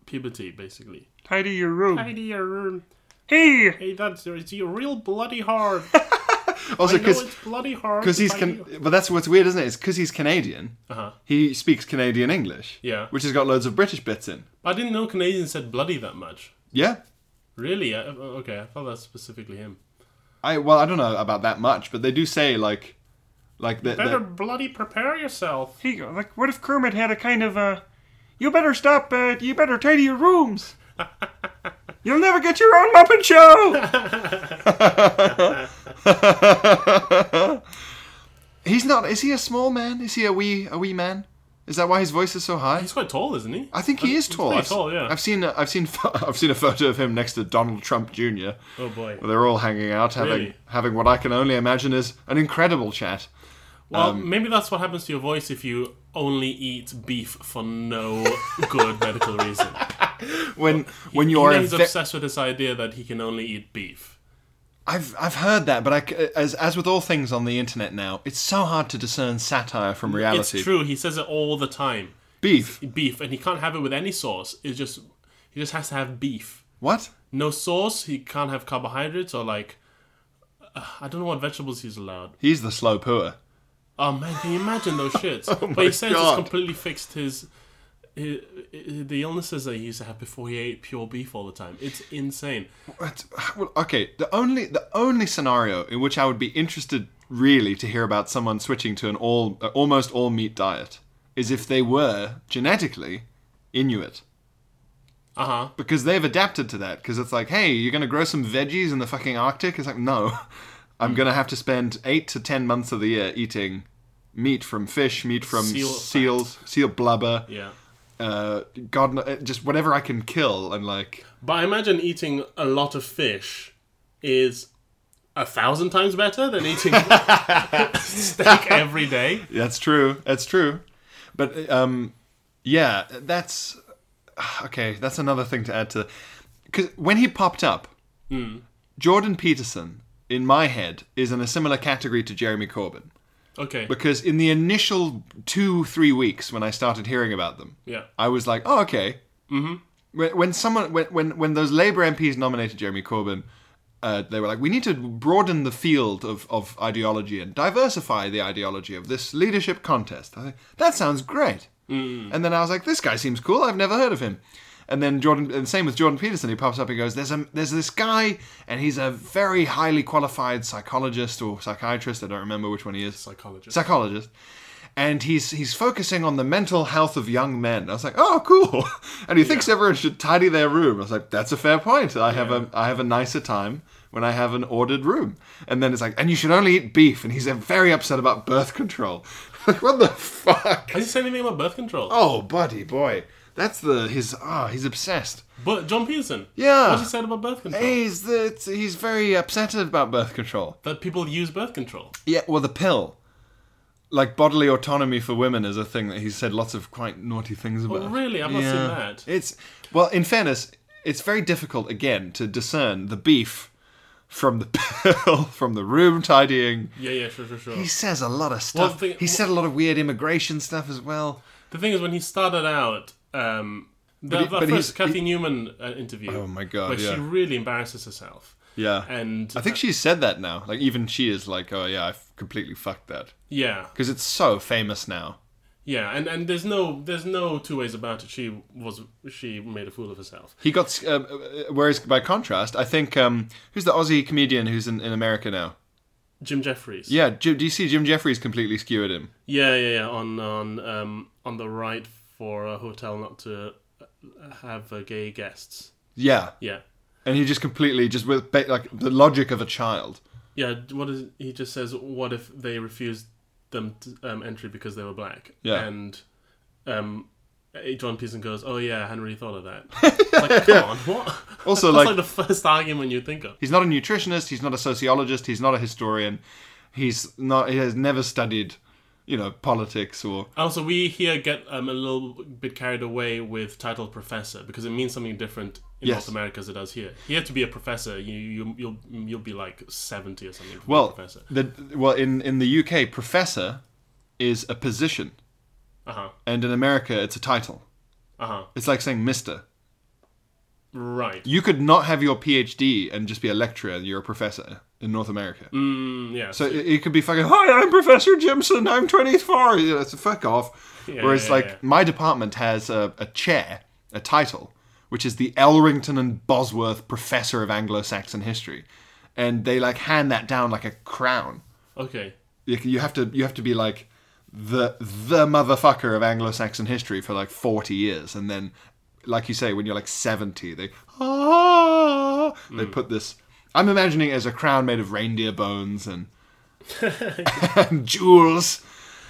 [SPEAKER 2] puberty, basically.
[SPEAKER 1] tidy your room.
[SPEAKER 2] Tidy your room. Hey, hey, that's it's your real bloody
[SPEAKER 1] [LAUGHS]
[SPEAKER 2] hard.
[SPEAKER 1] Also,
[SPEAKER 2] I know
[SPEAKER 1] because
[SPEAKER 2] it's bloody hard.
[SPEAKER 1] because
[SPEAKER 2] to
[SPEAKER 1] he's
[SPEAKER 2] tidy
[SPEAKER 1] can, but that's what's weird, isn't it? It's because he's Canadian.
[SPEAKER 2] Uh-huh.
[SPEAKER 1] He speaks Canadian English.
[SPEAKER 2] Yeah.
[SPEAKER 1] which has got loads of British bits in.
[SPEAKER 2] I didn't know Canadians said bloody that much.
[SPEAKER 1] Yeah,
[SPEAKER 2] Really? I, oh, okay, I thought that's specifically him.
[SPEAKER 1] I well, I don't know about that much, but they do say like, like that.
[SPEAKER 3] Better
[SPEAKER 1] that-
[SPEAKER 3] bloody prepare yourself.
[SPEAKER 4] Hey, like, what if Kermit had a kind of uh, you better stop, uh, you better tidy your rooms. You'll never get your own Muppet
[SPEAKER 2] [LAUGHS]
[SPEAKER 4] Show.
[SPEAKER 1] [LAUGHS] he's not. Is he a small man? Is he a wee a wee man? Is that why his voice is so high?
[SPEAKER 2] He's quite tall, isn't he?
[SPEAKER 1] I think he is tall.
[SPEAKER 2] pretty
[SPEAKER 1] I've,
[SPEAKER 2] tall, yeah.
[SPEAKER 1] I've seen uh, I've seen [LAUGHS] I've seen a photo of him next to Donald Trump Jr.
[SPEAKER 2] Oh boy.
[SPEAKER 1] They're all hanging out, having
[SPEAKER 2] Really?
[SPEAKER 1] having what I can only imagine is an incredible chat.
[SPEAKER 2] Well,
[SPEAKER 1] um,
[SPEAKER 2] maybe that's what happens to your voice if you only eat beef
[SPEAKER 1] [LAUGHS]
[SPEAKER 2] for no good medical reason.
[SPEAKER 1] When when
[SPEAKER 2] He-
[SPEAKER 1] you are
[SPEAKER 2] he
[SPEAKER 1] a
[SPEAKER 2] he's
[SPEAKER 1] ve-
[SPEAKER 2] obsessed with this idea that he can only eat beef.
[SPEAKER 1] I've I've heard that, but I c as as with all things on the internet now, it's so hard to discern satire from reality.
[SPEAKER 2] It's true. He says it all the time.
[SPEAKER 1] Beef.
[SPEAKER 2] Beef, and he can't have it with any sauce. It's just he just has to have beef.
[SPEAKER 1] What?
[SPEAKER 2] No sauce. He can't have carbohydrates or like uh, I don't know what vegetables he's allowed.
[SPEAKER 1] He's the slow pooer.
[SPEAKER 2] Oh man, can you imagine those
[SPEAKER 1] [LAUGHS]
[SPEAKER 2] shits? but
[SPEAKER 1] Oh my
[SPEAKER 2] he says
[SPEAKER 1] God.
[SPEAKER 2] it's completely fixed his, his, the illnesses that he used to have before he ate pure beef all the time. It's insane.
[SPEAKER 1] What? Well, okay. The only the only scenario in which I would be interested really to hear about someone switching to an all uh, almost all meat diet is if they were genetically Inuit
[SPEAKER 2] Uh huh.
[SPEAKER 1] because they've adapted to that because it's like, hey, you're going to grow some veggies in the fucking Arctic. It's like, no, [LAUGHS] I'm going to have to spend eight to ten months of the year eating meat from fish, meat from
[SPEAKER 2] Seal fat.
[SPEAKER 1] seals, seal blubber,
[SPEAKER 2] Yeah.
[SPEAKER 1] uh, God, kno- uh, just whatever I can kill and like.
[SPEAKER 2] But I imagine eating a lot of fish is a thousand times better than
[SPEAKER 1] [LAUGHS]
[SPEAKER 2] eating steak every day.
[SPEAKER 1] That's true. That's true. But um, yeah, that's [SIGHS] okay. That's another thing to add to. Because when he popped up, Hmm. Jordan Peterson in my head is in a similar category to Jeremy Corbyn
[SPEAKER 2] Okay.
[SPEAKER 1] because in the initial two three weeks when I started hearing about them,
[SPEAKER 2] Yeah.
[SPEAKER 1] I was like, oh okay. Mm-hmm. When, when someone when, when when those Labour MPs nominated Jeremy Corbyn. Uh, they were like, we need to broaden the field of, of ideology and diversify the ideology of this leadership contest. I think that sounds great.
[SPEAKER 2] Mm.
[SPEAKER 1] And then I was like, this guy seems cool. I've never heard of him. And then Jordan, and same with Jordan Peterson, he pops up and goes, "There's a there's this guy, and he's a very highly qualified psychologist or psychiatrist. I don't remember which one he is
[SPEAKER 2] Psychologist.
[SPEAKER 1] psychologist and he's he's focusing on the mental health of young men i was like oh cool [LAUGHS] and he thinks everyone should tidy their room i was like that's a fair point i have a i have a nicer time when i have an ordered room and then it's like and you should only eat beef and he's uh, very upset about birth control [LAUGHS] Like what the fuck?
[SPEAKER 2] Has he said anything about birth control?
[SPEAKER 1] Oh, buddy boy, that's the his ah he's obsessed.
[SPEAKER 2] But John Peterson.
[SPEAKER 1] Yeah.
[SPEAKER 2] What he said about birth control?
[SPEAKER 1] He's the, it's- he's very upset about birth control.
[SPEAKER 2] That people use birth control.
[SPEAKER 1] Yeah, well the pill, like bodily autonomy for women is a thing that he's said lots of quite naughty things about.
[SPEAKER 2] really? I've not seen that.
[SPEAKER 1] It's well, in fairness, it's very difficult again to discern the beef from the [LAUGHS] pill from the room tidying.
[SPEAKER 2] Yeah, yeah, sure, sure, sure.
[SPEAKER 1] He says a lot of stuff.
[SPEAKER 2] Well, the thing-
[SPEAKER 1] he said a lot of weird immigration stuff as well.
[SPEAKER 2] The thing is, when he started out, um, the,
[SPEAKER 1] he-
[SPEAKER 2] the
[SPEAKER 1] but he's-
[SPEAKER 2] first Kathy
[SPEAKER 1] he-
[SPEAKER 2] Newman uh, interview.
[SPEAKER 1] Oh my God,
[SPEAKER 2] Where
[SPEAKER 1] yeah.
[SPEAKER 2] she really embarrasses herself.
[SPEAKER 1] Yeah.
[SPEAKER 2] And
[SPEAKER 1] I think she's said that now. Like even she is like, oh yeah, I've completely fucked that
[SPEAKER 2] yeah,
[SPEAKER 1] because it's so famous now.
[SPEAKER 2] yeah, and and there's no there's no two ways about it. She was she made a fool of herself.
[SPEAKER 1] He got uh, uh, whereas by contrast, I think um, who's the Aussie comedian who's in, in America now?
[SPEAKER 2] Jim Jeffries.
[SPEAKER 1] Yeah, Jim, do you see Jim Jeffries completely skewered him?
[SPEAKER 2] yeah, yeah, yeah. On on um on the right for a hotel not to uh, have uh, gay guests.
[SPEAKER 1] Yeah,
[SPEAKER 2] Yeah.
[SPEAKER 1] and he just completely just with ba- like the logic of a child.
[SPEAKER 2] Yeah, what is he just says? What if they refused them t um, entry because they were black?
[SPEAKER 1] Yeah.
[SPEAKER 2] and um, eh, John Pearson goes, "Oh yeah, I hadn't really thought of that."
[SPEAKER 1] [LAUGHS]
[SPEAKER 2] It's like, come on, what?
[SPEAKER 1] Also,
[SPEAKER 2] That's
[SPEAKER 1] like-
[SPEAKER 2] like the first argument you think of.
[SPEAKER 1] He's not a nutritionist. He's not a sociologist. He's not a historian. He's not. He has never studied, you know, politics or
[SPEAKER 2] Also, we here get um, a little bit carried away with title professor because it means something different in
[SPEAKER 1] Yes.
[SPEAKER 2] North America as it does here. Here to be a professor, you you you'll you'll be like seventy or something. to be a
[SPEAKER 1] well.
[SPEAKER 2] professor.
[SPEAKER 1] The well in in the UK, professor is a position,
[SPEAKER 2] Uh huh.
[SPEAKER 1] and in America, it's a title.
[SPEAKER 2] Uh huh.
[SPEAKER 1] It's like saying Mister.
[SPEAKER 2] Right.
[SPEAKER 1] You could not have your PhD and just be a lecturer. You're a professor in North America.
[SPEAKER 2] Mm, yeah.
[SPEAKER 1] So it, it could be fucking, hi, I'm Professor Jimson, I'm 24. You know, it's a fuck off. Whereas,
[SPEAKER 2] yeah,
[SPEAKER 1] like,
[SPEAKER 2] yeah.
[SPEAKER 1] my department has a, a chair, a title, which is the Elrington and Bosworth Professor of Anglo Saxon History. And they, like, hand that down like a crown.
[SPEAKER 2] okay.
[SPEAKER 1] You, you have to you have to be like the the motherfucker of Anglo-Saxon history for like 40 years and then like you say when you're like 70 they ah, they put this I'm imagining it as a crown made of reindeer bones and, [LAUGHS] and jewels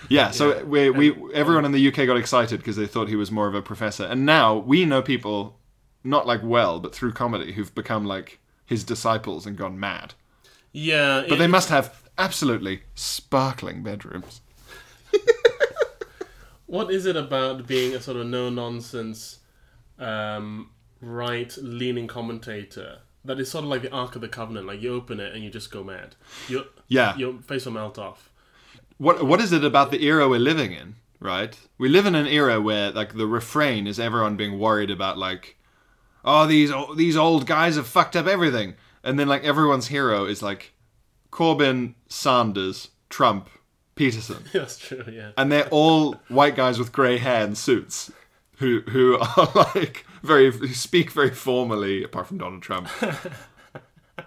[SPEAKER 1] yeah, so we, we everyone in the UK got excited because they thought he was more of a professor and now we know people not like well but through comedy who've become like his disciples and gone mad
[SPEAKER 2] Yeah.
[SPEAKER 1] but they must have absolutely sparkling bedrooms.
[SPEAKER 2] what is it about being a sort of no nonsense, um, right leaning commentator that is sort of like the Ark of the Covenant? Like you open it and you just go mad. Your
[SPEAKER 1] Yeah.
[SPEAKER 2] your face will melt off. [LAUGHS]
[SPEAKER 1] What what is it about the era we're living in, right? We live in an era where like the refrain is everyone being worried about like oh these o- these old guys have fucked up everything. And then like everyone's hero is like Corbyn, Sanders, Trump, Peterson.
[SPEAKER 2] That's true. Yeah.
[SPEAKER 1] And they're all white guys with grey hair and suits who who are [LAUGHS] like very who speak very formally apart from Donald Trump.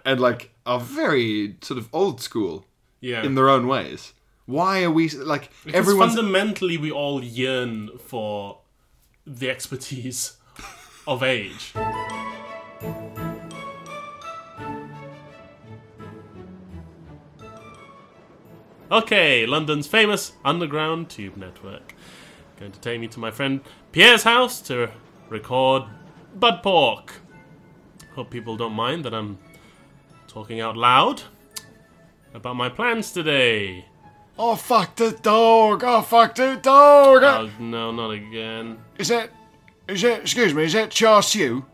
[SPEAKER 1] and like are very sort of old school.
[SPEAKER 2] Yeah.
[SPEAKER 1] in their own ways. Why are we like
[SPEAKER 2] Because
[SPEAKER 1] everyone's
[SPEAKER 2] fundamentally we all yearn for the expertise of age. Okay, London's famous underground tube network. Going to take me to my friend Pierre's house to record Bud Pork. Hope people don't mind that I'm talking out loud about my plans today.
[SPEAKER 1] oh fuck the dog, oh fuck the dog.
[SPEAKER 2] Oh no, not again.
[SPEAKER 1] Is that is that excuse me? Is that Char Siu?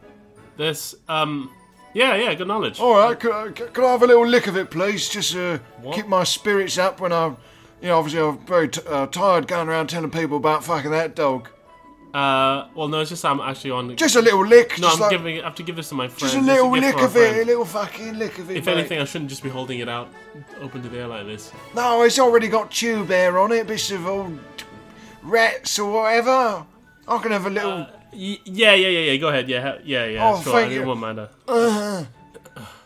[SPEAKER 2] This, um, yeah, yeah, good knowledge.
[SPEAKER 1] All right, could I, could I have a little lick of it, please? Just uh,
[SPEAKER 2] What?
[SPEAKER 1] keep my spirits up when I'm, you know, obviously I'm very t- uh, tired going around telling people about fucking that dog.
[SPEAKER 2] Uh, well, no, it's just I'm actually on.
[SPEAKER 1] Just a little lick.
[SPEAKER 2] no,
[SPEAKER 1] just
[SPEAKER 2] I'm
[SPEAKER 1] like,
[SPEAKER 2] giving. I have to give this to my friend.
[SPEAKER 1] Just a
[SPEAKER 2] It's
[SPEAKER 1] little
[SPEAKER 2] gift
[SPEAKER 1] lick
[SPEAKER 2] for a
[SPEAKER 1] of it, a
[SPEAKER 2] friend.
[SPEAKER 1] little fucking lick of it.
[SPEAKER 2] If
[SPEAKER 1] mate.
[SPEAKER 2] anything, I shouldn't just be holding it out open to the air like this.
[SPEAKER 1] no, it's already got tube air on it, bits of old rats or whatever. I can have a little.
[SPEAKER 2] Uh, Y- yeah, yeah, yeah, yeah. Go ahead. Yeah, ha- yeah, yeah.
[SPEAKER 1] Oh,
[SPEAKER 2] sure,
[SPEAKER 1] thank
[SPEAKER 2] it
[SPEAKER 1] you. Uh,
[SPEAKER 2] won't matter.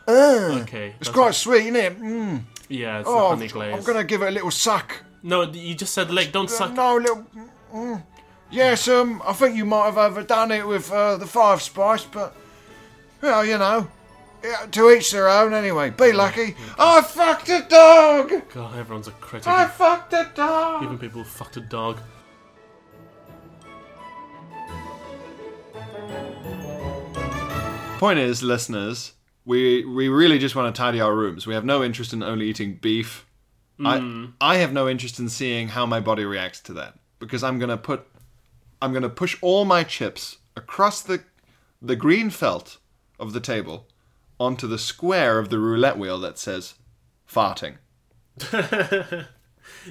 [SPEAKER 2] okay,
[SPEAKER 1] It's
[SPEAKER 2] that's
[SPEAKER 1] quite
[SPEAKER 2] it.
[SPEAKER 1] sweet, isn't it? Mm.
[SPEAKER 2] Yeah, it's
[SPEAKER 1] Oh,
[SPEAKER 2] the honey glaze.
[SPEAKER 1] I'm gonna give it a little suck.
[SPEAKER 2] No, d- you just said lick. Don't suck.
[SPEAKER 1] No, a little. Mm. Yes, um, I think you might have overdone it with uh, the five spice, but well, you know, Yeah, to each their own anyway. Be lucky. I fucked a dog!
[SPEAKER 2] God, everyone's a critic.
[SPEAKER 1] I fucked a dog!
[SPEAKER 2] Even people who fucked a dog. [LAUGHS]
[SPEAKER 1] Point is, listeners, we we really just want to tidy our rooms. We have no interest in only eating beef. I I have no interest in seeing how my body reacts to that because I'm gonna put I'm gonna push all my chips across the the green felt of the table onto the square of the roulette wheel that says farting.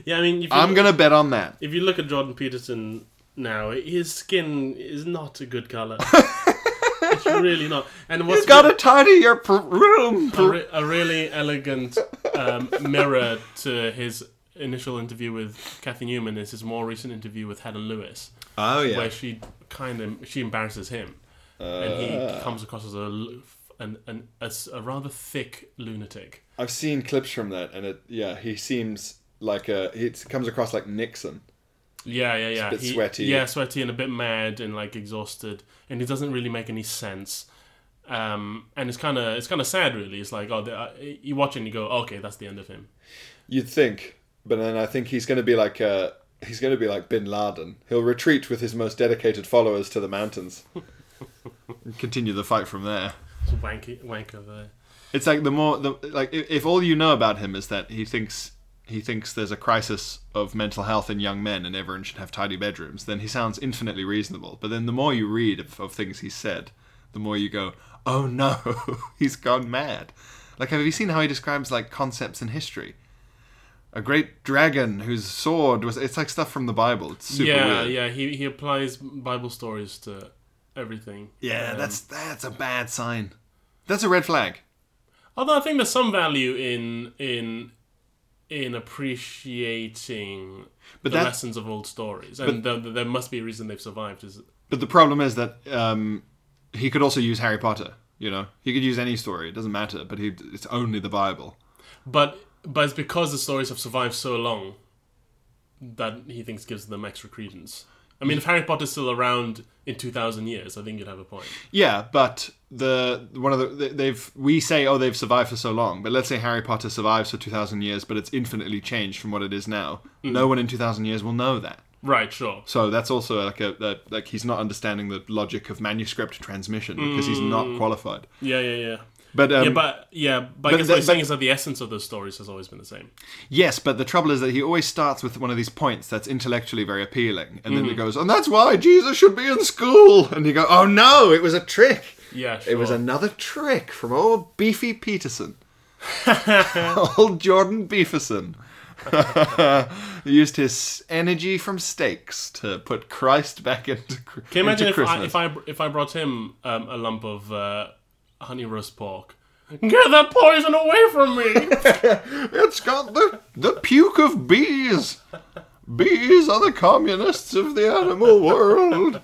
[SPEAKER 2] Yeah, I mean, if you,
[SPEAKER 1] I'm gonna bet on that.
[SPEAKER 2] if you look at Jordan Peterson now, his skin is not a good color. it's really not. And what's
[SPEAKER 1] You gotta tidy your pr- room.
[SPEAKER 2] a, re- a really elegant um, mirror to his initial interview with Kathy Newman is his more recent interview with Helen Lewis,
[SPEAKER 1] oh
[SPEAKER 2] where she kind of she embarrasses him, and he comes across as a l- an, an, a, s- a rather thick lunatic.
[SPEAKER 1] I've seen clips from that, and it yeah, he seems like a he comes across like Nixon.
[SPEAKER 2] Yeah, yeah, yeah.
[SPEAKER 1] a bit sweaty.
[SPEAKER 2] Yeah, sweaty and a bit mad and like exhausted, and it doesn't really make any sense. Um, and it's kind of it's kind of sad, really. It's like oh, the- uh, you watch it and you go, okay, that's the end of him.
[SPEAKER 1] You'd think, but then I think he's going to be like uh, he's going to be like Bin Laden. He'll retreat with his most dedicated followers to the mountains, and [LAUGHS] continue the fight from there.
[SPEAKER 2] It's a wanky wank over there.
[SPEAKER 1] It's like the more the like if, if all you know about him is that he thinks he thinks there's a crisis of mental health in young men and everyone should have tidy bedrooms, then he sounds infinitely reasonable. But then the more you read of, of things he said, the more you go, oh no, [LAUGHS] he's gone mad. Like have you seen how he describes like concepts in history? A great dragon whose sword was it's like stuff from the Bible. It's super
[SPEAKER 2] yeah,
[SPEAKER 1] weird.
[SPEAKER 2] yeah. He he applies Bible stories to everything.
[SPEAKER 1] Yeah, that's that's a bad sign. That's a red flag.
[SPEAKER 2] Although I think there's some value in in in appreciating
[SPEAKER 1] But
[SPEAKER 2] the
[SPEAKER 1] that-
[SPEAKER 2] lessons of old stories, and there- there must be a reason they've survived. Is
[SPEAKER 1] But the problem is that um, he could also use Harry Potter. You know, he could use any story; it doesn't matter. But he, it's only the Bible.
[SPEAKER 2] but but it's because the stories have survived so long that he thinks gives them extra credence. I mean, if Harry Potter's still around in two thousand years, I think you'd have a point.
[SPEAKER 1] Yeah, but the one of the they- they've we say oh they've survived for so long, but let's say Harry Potter survives for two thousand years, but it's infinitely changed from what it is now.
[SPEAKER 2] Hmm.
[SPEAKER 1] No one in two thousand years will know that.
[SPEAKER 2] Right, sure.
[SPEAKER 1] So that's also like a, a like he's not understanding the logic of manuscript transmission because he's not qualified.
[SPEAKER 2] Yeah, yeah, yeah.
[SPEAKER 1] But um,
[SPEAKER 2] Hmm. yeah, but yeah, but,
[SPEAKER 1] but
[SPEAKER 2] I guess
[SPEAKER 1] the-
[SPEAKER 2] what I'm saying
[SPEAKER 1] but-
[SPEAKER 2] is that the essence of those stories has always been the same.
[SPEAKER 1] Yes, but the trouble is that he always starts with one of these points that's intellectually very appealing, and then
[SPEAKER 2] Mm-hmm.
[SPEAKER 1] he goes, "And that's why Jesus should be in school." And you go, "Oh no, it was a trick.
[SPEAKER 2] Yeah,
[SPEAKER 1] It was
[SPEAKER 2] sure.
[SPEAKER 1] another trick from old Beefy
[SPEAKER 2] [LAUGHS]
[SPEAKER 1] Peterson, old Jordan Beeferson. [LAUGHS] he used his energy from steaks to put Christ back into, cr-
[SPEAKER 2] Can you imagine
[SPEAKER 1] into
[SPEAKER 2] if
[SPEAKER 1] Christmas.
[SPEAKER 2] I, if I if I brought him um, a lump of uh, honey roast pork? Get that poison away from me!
[SPEAKER 1] It's got the, the puke of bees. Bees are the communists of the animal world.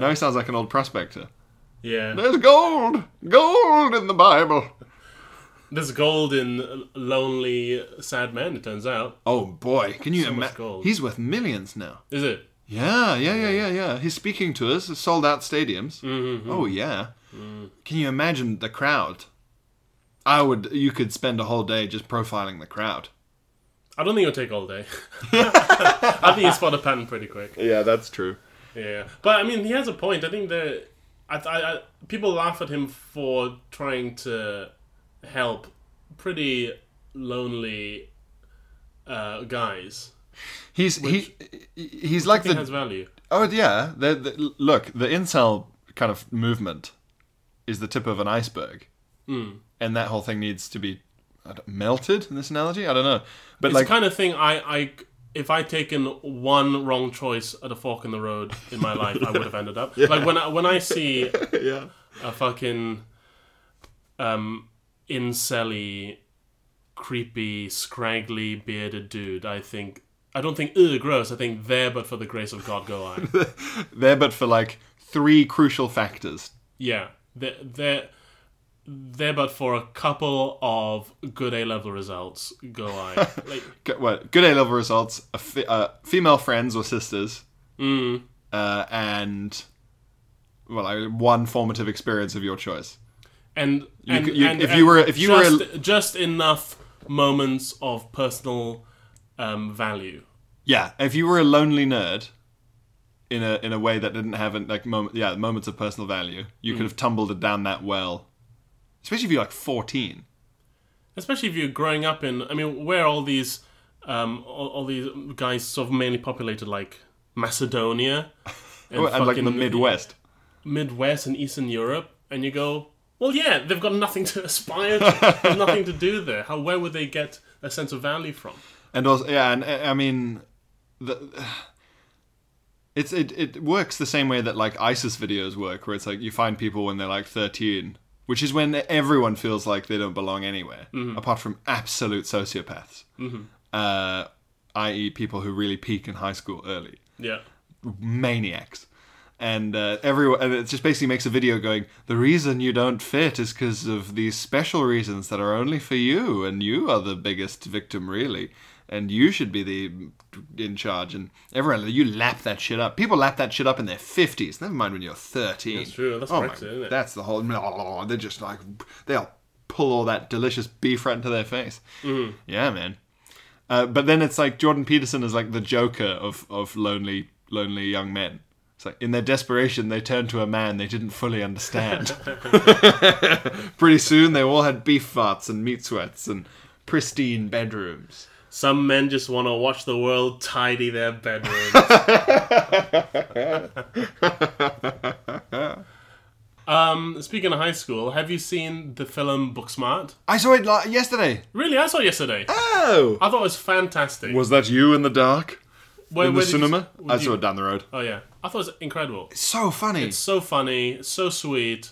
[SPEAKER 1] Now he sounds like an old prospector.
[SPEAKER 2] [LAUGHS] yeah,
[SPEAKER 1] There's gold, gold in the Bible.
[SPEAKER 2] there's gold in lonely, sad men. It turns out,
[SPEAKER 1] Oh boy, can you
[SPEAKER 2] So much
[SPEAKER 1] imagine?
[SPEAKER 2] gold.
[SPEAKER 1] He's worth millions now.
[SPEAKER 2] is it?
[SPEAKER 1] Yeah, yeah, yeah, yeah, yeah. He's speaking to us. Sold out stadiums.
[SPEAKER 2] Mm-hmm.
[SPEAKER 1] Oh yeah.
[SPEAKER 2] Mm.
[SPEAKER 1] Can you imagine the crowd? I would. You could spend a whole day just profiling the crowd.
[SPEAKER 2] I don't think it'll take all day. I think you spot a pattern pretty quick.
[SPEAKER 1] Yeah, that's true.
[SPEAKER 2] Yeah, but I mean, he has a point. I think that I, I, I, people laugh at him for trying to help pretty lonely uh, guys.
[SPEAKER 1] He's he he's like
[SPEAKER 2] It
[SPEAKER 1] the
[SPEAKER 2] has value.
[SPEAKER 1] Oh yeah, the, the, look, the incel kind of movement is the tip of an iceberg,
[SPEAKER 2] Hmm.
[SPEAKER 1] and that whole thing needs to be I don't- melted. In this analogy, I don't know, but
[SPEAKER 2] It's
[SPEAKER 1] like,
[SPEAKER 2] the kind of thing I, I if I'd taken one wrong choice at a fork in the road in my life, I would have ended
[SPEAKER 1] [LAUGHS]
[SPEAKER 2] up. Like when I, when I see a fucking um incelly, creepy, scraggly bearded dude, I think I don't think ugh gross. I think there but for the grace of God go
[SPEAKER 1] [LAUGHS]
[SPEAKER 2] I.
[SPEAKER 1] there, but for like three crucial factors.
[SPEAKER 2] yeah, there there there but for a couple of good A level results
[SPEAKER 1] [LAUGHS]
[SPEAKER 2] go I. Like
[SPEAKER 1] G- What good A level results? A fe- uh, female friends or sisters,
[SPEAKER 2] Hmm.
[SPEAKER 1] uh, and well, I, one formative experience of your choice.
[SPEAKER 2] and and,
[SPEAKER 1] c- you-
[SPEAKER 2] and-
[SPEAKER 1] if
[SPEAKER 2] and
[SPEAKER 1] you were- if you were a-
[SPEAKER 2] just, just enough moments of personal um, value.
[SPEAKER 1] Yeah, if you were a lonely nerd, in a in a way that didn't have like moment, yeah, moments of personal value, you
[SPEAKER 2] Hmm.
[SPEAKER 1] could have tumbled down that well. Especially if you're like 14.
[SPEAKER 2] especially if you're growing up in i mean where all these um all, all these guys sort of mainly populated like macedonia
[SPEAKER 1] [LAUGHS]
[SPEAKER 2] and,
[SPEAKER 1] Oh, and like the
[SPEAKER 2] fucking
[SPEAKER 1] Midwest.
[SPEAKER 2] midwest and eastern europe and you go well yeah they've got nothing to [LAUGHS] aspire to
[SPEAKER 1] [LAUGHS]
[SPEAKER 2] there's nothing to do there how where would they get a sense of value from
[SPEAKER 1] And also, yeah, and uh, I mean, the, [SIGHS] it's it it works the same way that like ISIS videos work, where it's like you find people when they're like thirteen, which is when everyone feels like they don't belong anywhere,
[SPEAKER 2] Mm-hmm.
[SPEAKER 1] apart from absolute sociopaths, mm-hmm. uh, i.e., people who really peak in high school early
[SPEAKER 2] yeah
[SPEAKER 1] maniacs. And uh, everyone, and it just basically makes a video going. The reason you don't fit is because of these special reasons that are only for you, and you are the biggest victim, really. And you should be the in charge. And everyone, you lap that shit up. People lap that shit up in their fifties. Never mind when you're thirteen. Oh
[SPEAKER 2] That's true. That's Brexit, isn't it?
[SPEAKER 1] That's the whole. They're just like they'll pull all that delicious beef right into their face.
[SPEAKER 2] Mm-hmm.
[SPEAKER 1] Yeah, man. Uh, but then it's like Jordan Peterson is like the Joker of of lonely lonely young men. It's like in their desperation they turn to a man they didn't fully
[SPEAKER 2] [LAUGHS]
[SPEAKER 1] understand. Pretty soon they all had beef farts and meat sweats and pristine bedrooms.
[SPEAKER 2] some men just want to watch the world tidy their bedrooms. um, speaking of high school, have you seen the film Booksmart?
[SPEAKER 1] I saw it like yesterday.
[SPEAKER 2] Really, I saw it yesterday.
[SPEAKER 1] Oh,
[SPEAKER 2] I thought it was fantastic.
[SPEAKER 1] was that you in the dark
[SPEAKER 2] Where-
[SPEAKER 1] in the
[SPEAKER 2] where did you-
[SPEAKER 1] cinema?
[SPEAKER 2] where
[SPEAKER 1] I
[SPEAKER 2] did
[SPEAKER 1] saw
[SPEAKER 2] you-
[SPEAKER 1] it down the road.
[SPEAKER 2] Oh yeah, I thought it was incredible.
[SPEAKER 1] So funny.
[SPEAKER 2] It's so funny, it's so sweet,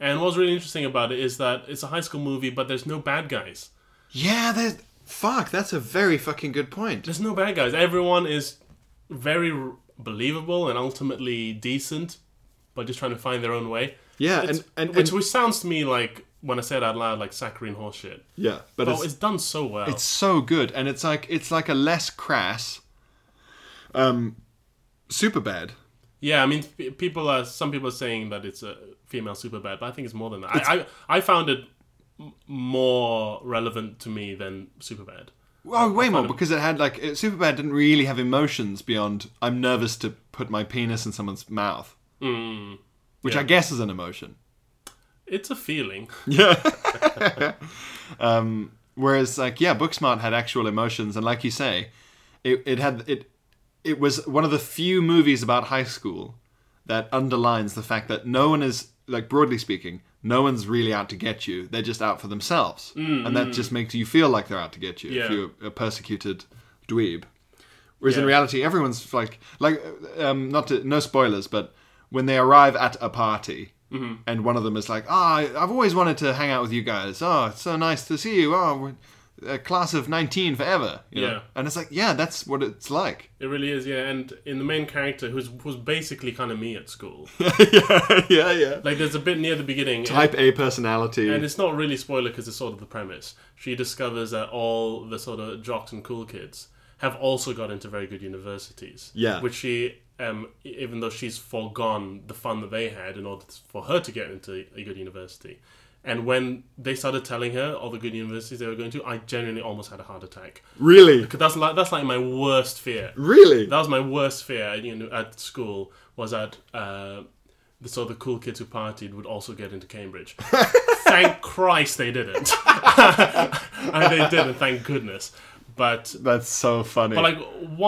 [SPEAKER 2] and what's really interesting about it is that it's a high school movie, but there's no bad guys.
[SPEAKER 1] yeah, there's fuck. That's a very fucking good point.
[SPEAKER 2] There's no bad guys. Everyone is very r- believable and ultimately decent, but just trying to find their own way.
[SPEAKER 1] Yeah,
[SPEAKER 2] It's-
[SPEAKER 1] and and,
[SPEAKER 2] which,
[SPEAKER 1] and
[SPEAKER 2] which sounds to me like when I say it out loud, like saccharine horseshit.
[SPEAKER 1] yeah, but
[SPEAKER 2] But
[SPEAKER 1] it's,
[SPEAKER 2] it's, done so well.
[SPEAKER 1] It's so good, and it's like it's like a less crass, um, super bad.
[SPEAKER 2] yeah, I mean, p- people are some people are saying that it's a female super bad, but I think it's more than that. I, I I found it m- more relevant to me than super bad.
[SPEAKER 1] Oh, way more because it had like it, super bad didn't really have emotions beyond I'm nervous to put my penis in someone's mouth, mm, which I guess is an emotion.
[SPEAKER 2] It's a feeling.
[SPEAKER 1] Whereas like yeah, Booksmart had actual emotions, and like you say, it it had it it was one of the few movies about high school that underlines the fact that no one is like broadly speaking no one's really out to get you they're just out for themselves and that just makes you feel like they're out to get you if
[SPEAKER 2] Yeah.
[SPEAKER 1] you're a persecuted dweeb whereas in
[SPEAKER 2] Yeah.
[SPEAKER 1] reality everyone's like like um not to no spoilers but when they arrive at a party
[SPEAKER 2] Mm-hmm.
[SPEAKER 1] and one of them is like ah i've always wanted to hang out with you guys oh it's so nice to see you oh we're- a class of 19 forever you know?
[SPEAKER 2] Yeah.
[SPEAKER 1] and it's like yeah that's what it's
[SPEAKER 2] [LAUGHS]
[SPEAKER 1] like
[SPEAKER 2] It really is, yeah. And in the main character, who's was basically kind of me at
[SPEAKER 1] [LAUGHS]
[SPEAKER 2] school.
[SPEAKER 1] yeah yeah
[SPEAKER 2] like, there's a bit near the beginning, and,
[SPEAKER 1] type a personality
[SPEAKER 2] and it's not really spoiler because it's sort of the premise. She discovers that all the sort of jocks and cool kids have also got into very good universities.
[SPEAKER 1] Yeah.
[SPEAKER 2] which she, um, e- even though she's foregone the fun that they had in order to- for her to get into a good university. And when they started telling her all the good universities they were going to, I genuinely almost had a heart attack.
[SPEAKER 1] really
[SPEAKER 2] Because that's like that's like my worst fear.
[SPEAKER 1] really
[SPEAKER 2] That was my worst fear you know, at school was that uh, the sort of cool kids who partied would also get into Cambridge. thank Christ they didn't. [LAUGHS] and they didn't, thank goodness. But
[SPEAKER 1] that's so funny
[SPEAKER 2] but like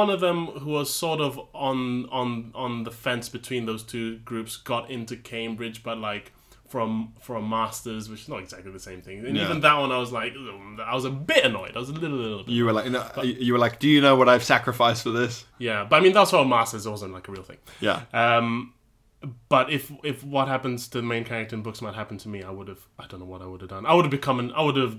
[SPEAKER 2] one of them who was sort of on on on the fence between those two groups got into Cambridge, but like from for a masters, which is not exactly the same thing. And
[SPEAKER 1] Yeah.
[SPEAKER 2] even that one, I was like, "Ugh," I was a bit annoyed. I was a little little bit.
[SPEAKER 1] you were like you, know, you were like do you know what i've sacrificed for this
[SPEAKER 2] Yeah, but I mean that's why masters wasn't like a real thing.
[SPEAKER 1] yeah
[SPEAKER 2] Um, but if if what happens to the main character in Booksmart happened to me, I would have I don't know what I would have done. I would have become an I would have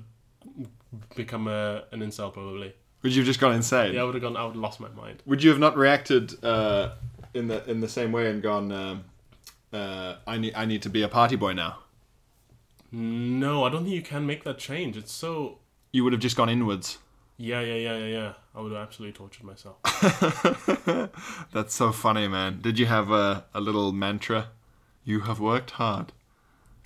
[SPEAKER 2] become a an incel probably.
[SPEAKER 1] would you have just gone insane
[SPEAKER 2] Yeah, I would have gone. I would have lost my mind.
[SPEAKER 1] would you have not reacted uh, in the in the same way and gone um, uh, i need i need to be a party boy now
[SPEAKER 2] No, I don't think you can make that change. It's so
[SPEAKER 1] you would have just gone inwards [LAUGHS]
[SPEAKER 2] yeah yeah yeah yeah yeah. I would have absolutely tortured myself.
[SPEAKER 1] that's so funny man did you have a, a little mantra you have worked hard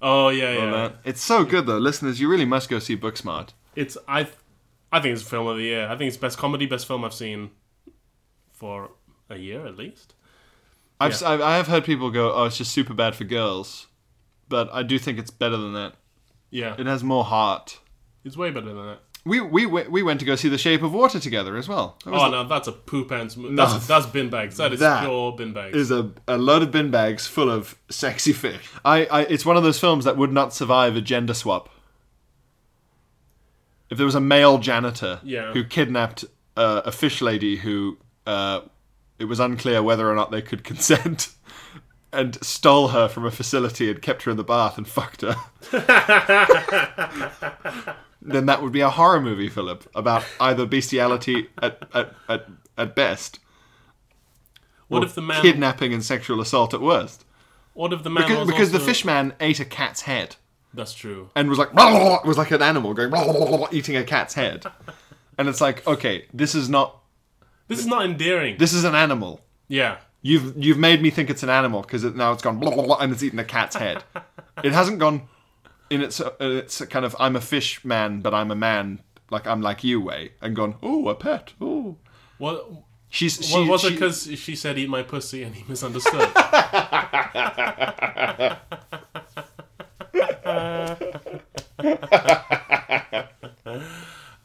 [SPEAKER 2] Oh yeah, yeah.
[SPEAKER 1] that. It's so good though, listeners. You really must go see Booksmart.
[SPEAKER 2] It's I, I think it's film of the year. I think it's best comedy, best film I've seen for a year at least.
[SPEAKER 1] I've s- I've- I have heard people go, "Oh, it's just super bad for girls," but I do think it's better than that.
[SPEAKER 2] Yeah,
[SPEAKER 1] It has more heart.
[SPEAKER 2] it's way better than that.
[SPEAKER 1] We we we we went to go see The Shape of Water together as well. That was
[SPEAKER 2] Oh no, that's a poo pants. Mo- That's that's bin bags. That is
[SPEAKER 1] That
[SPEAKER 2] pure bin bags.
[SPEAKER 1] is a, a load of bin bags full of sexy fish. I, I it's one of those films that would not survive a gender swap. If there was a male janitor
[SPEAKER 2] Yeah.
[SPEAKER 1] who kidnapped uh, a fish lady who uh, it was unclear whether or not they could [LAUGHS] consent and stole her from a facility and kept her in the bath and fucked
[SPEAKER 2] [LAUGHS]
[SPEAKER 1] her. then that would be a horror movie, Philip, about either bestiality at, at, at, at best
[SPEAKER 2] what if the man?
[SPEAKER 1] kidnapping and sexual assault at worst.
[SPEAKER 2] what if the man?
[SPEAKER 1] Because,
[SPEAKER 2] was
[SPEAKER 1] because the
[SPEAKER 2] also-
[SPEAKER 1] fishman ate a cat's head
[SPEAKER 2] That's true.
[SPEAKER 1] and was like "Blah," was like an animal going "Blah," eating a cat's head, and it's like okay, this is not
[SPEAKER 2] This is not endearing.
[SPEAKER 1] this is an animal.
[SPEAKER 2] yeah,
[SPEAKER 1] You've you've made me think it's an animal because it, now it's gone "Blah," and it's eaten a cat's
[SPEAKER 2] [LAUGHS]
[SPEAKER 1] head. It hasn't gone in its uh, its kind of I'm a fish man but I'm a man like I'm like you way and gone oh a pet oh
[SPEAKER 2] what?
[SPEAKER 1] she's she,
[SPEAKER 2] what was it
[SPEAKER 1] she-
[SPEAKER 2] 'cause it? Because she said, "Eat my pussy," and he
[SPEAKER 1] [LAUGHS]
[SPEAKER 2] misunderstood.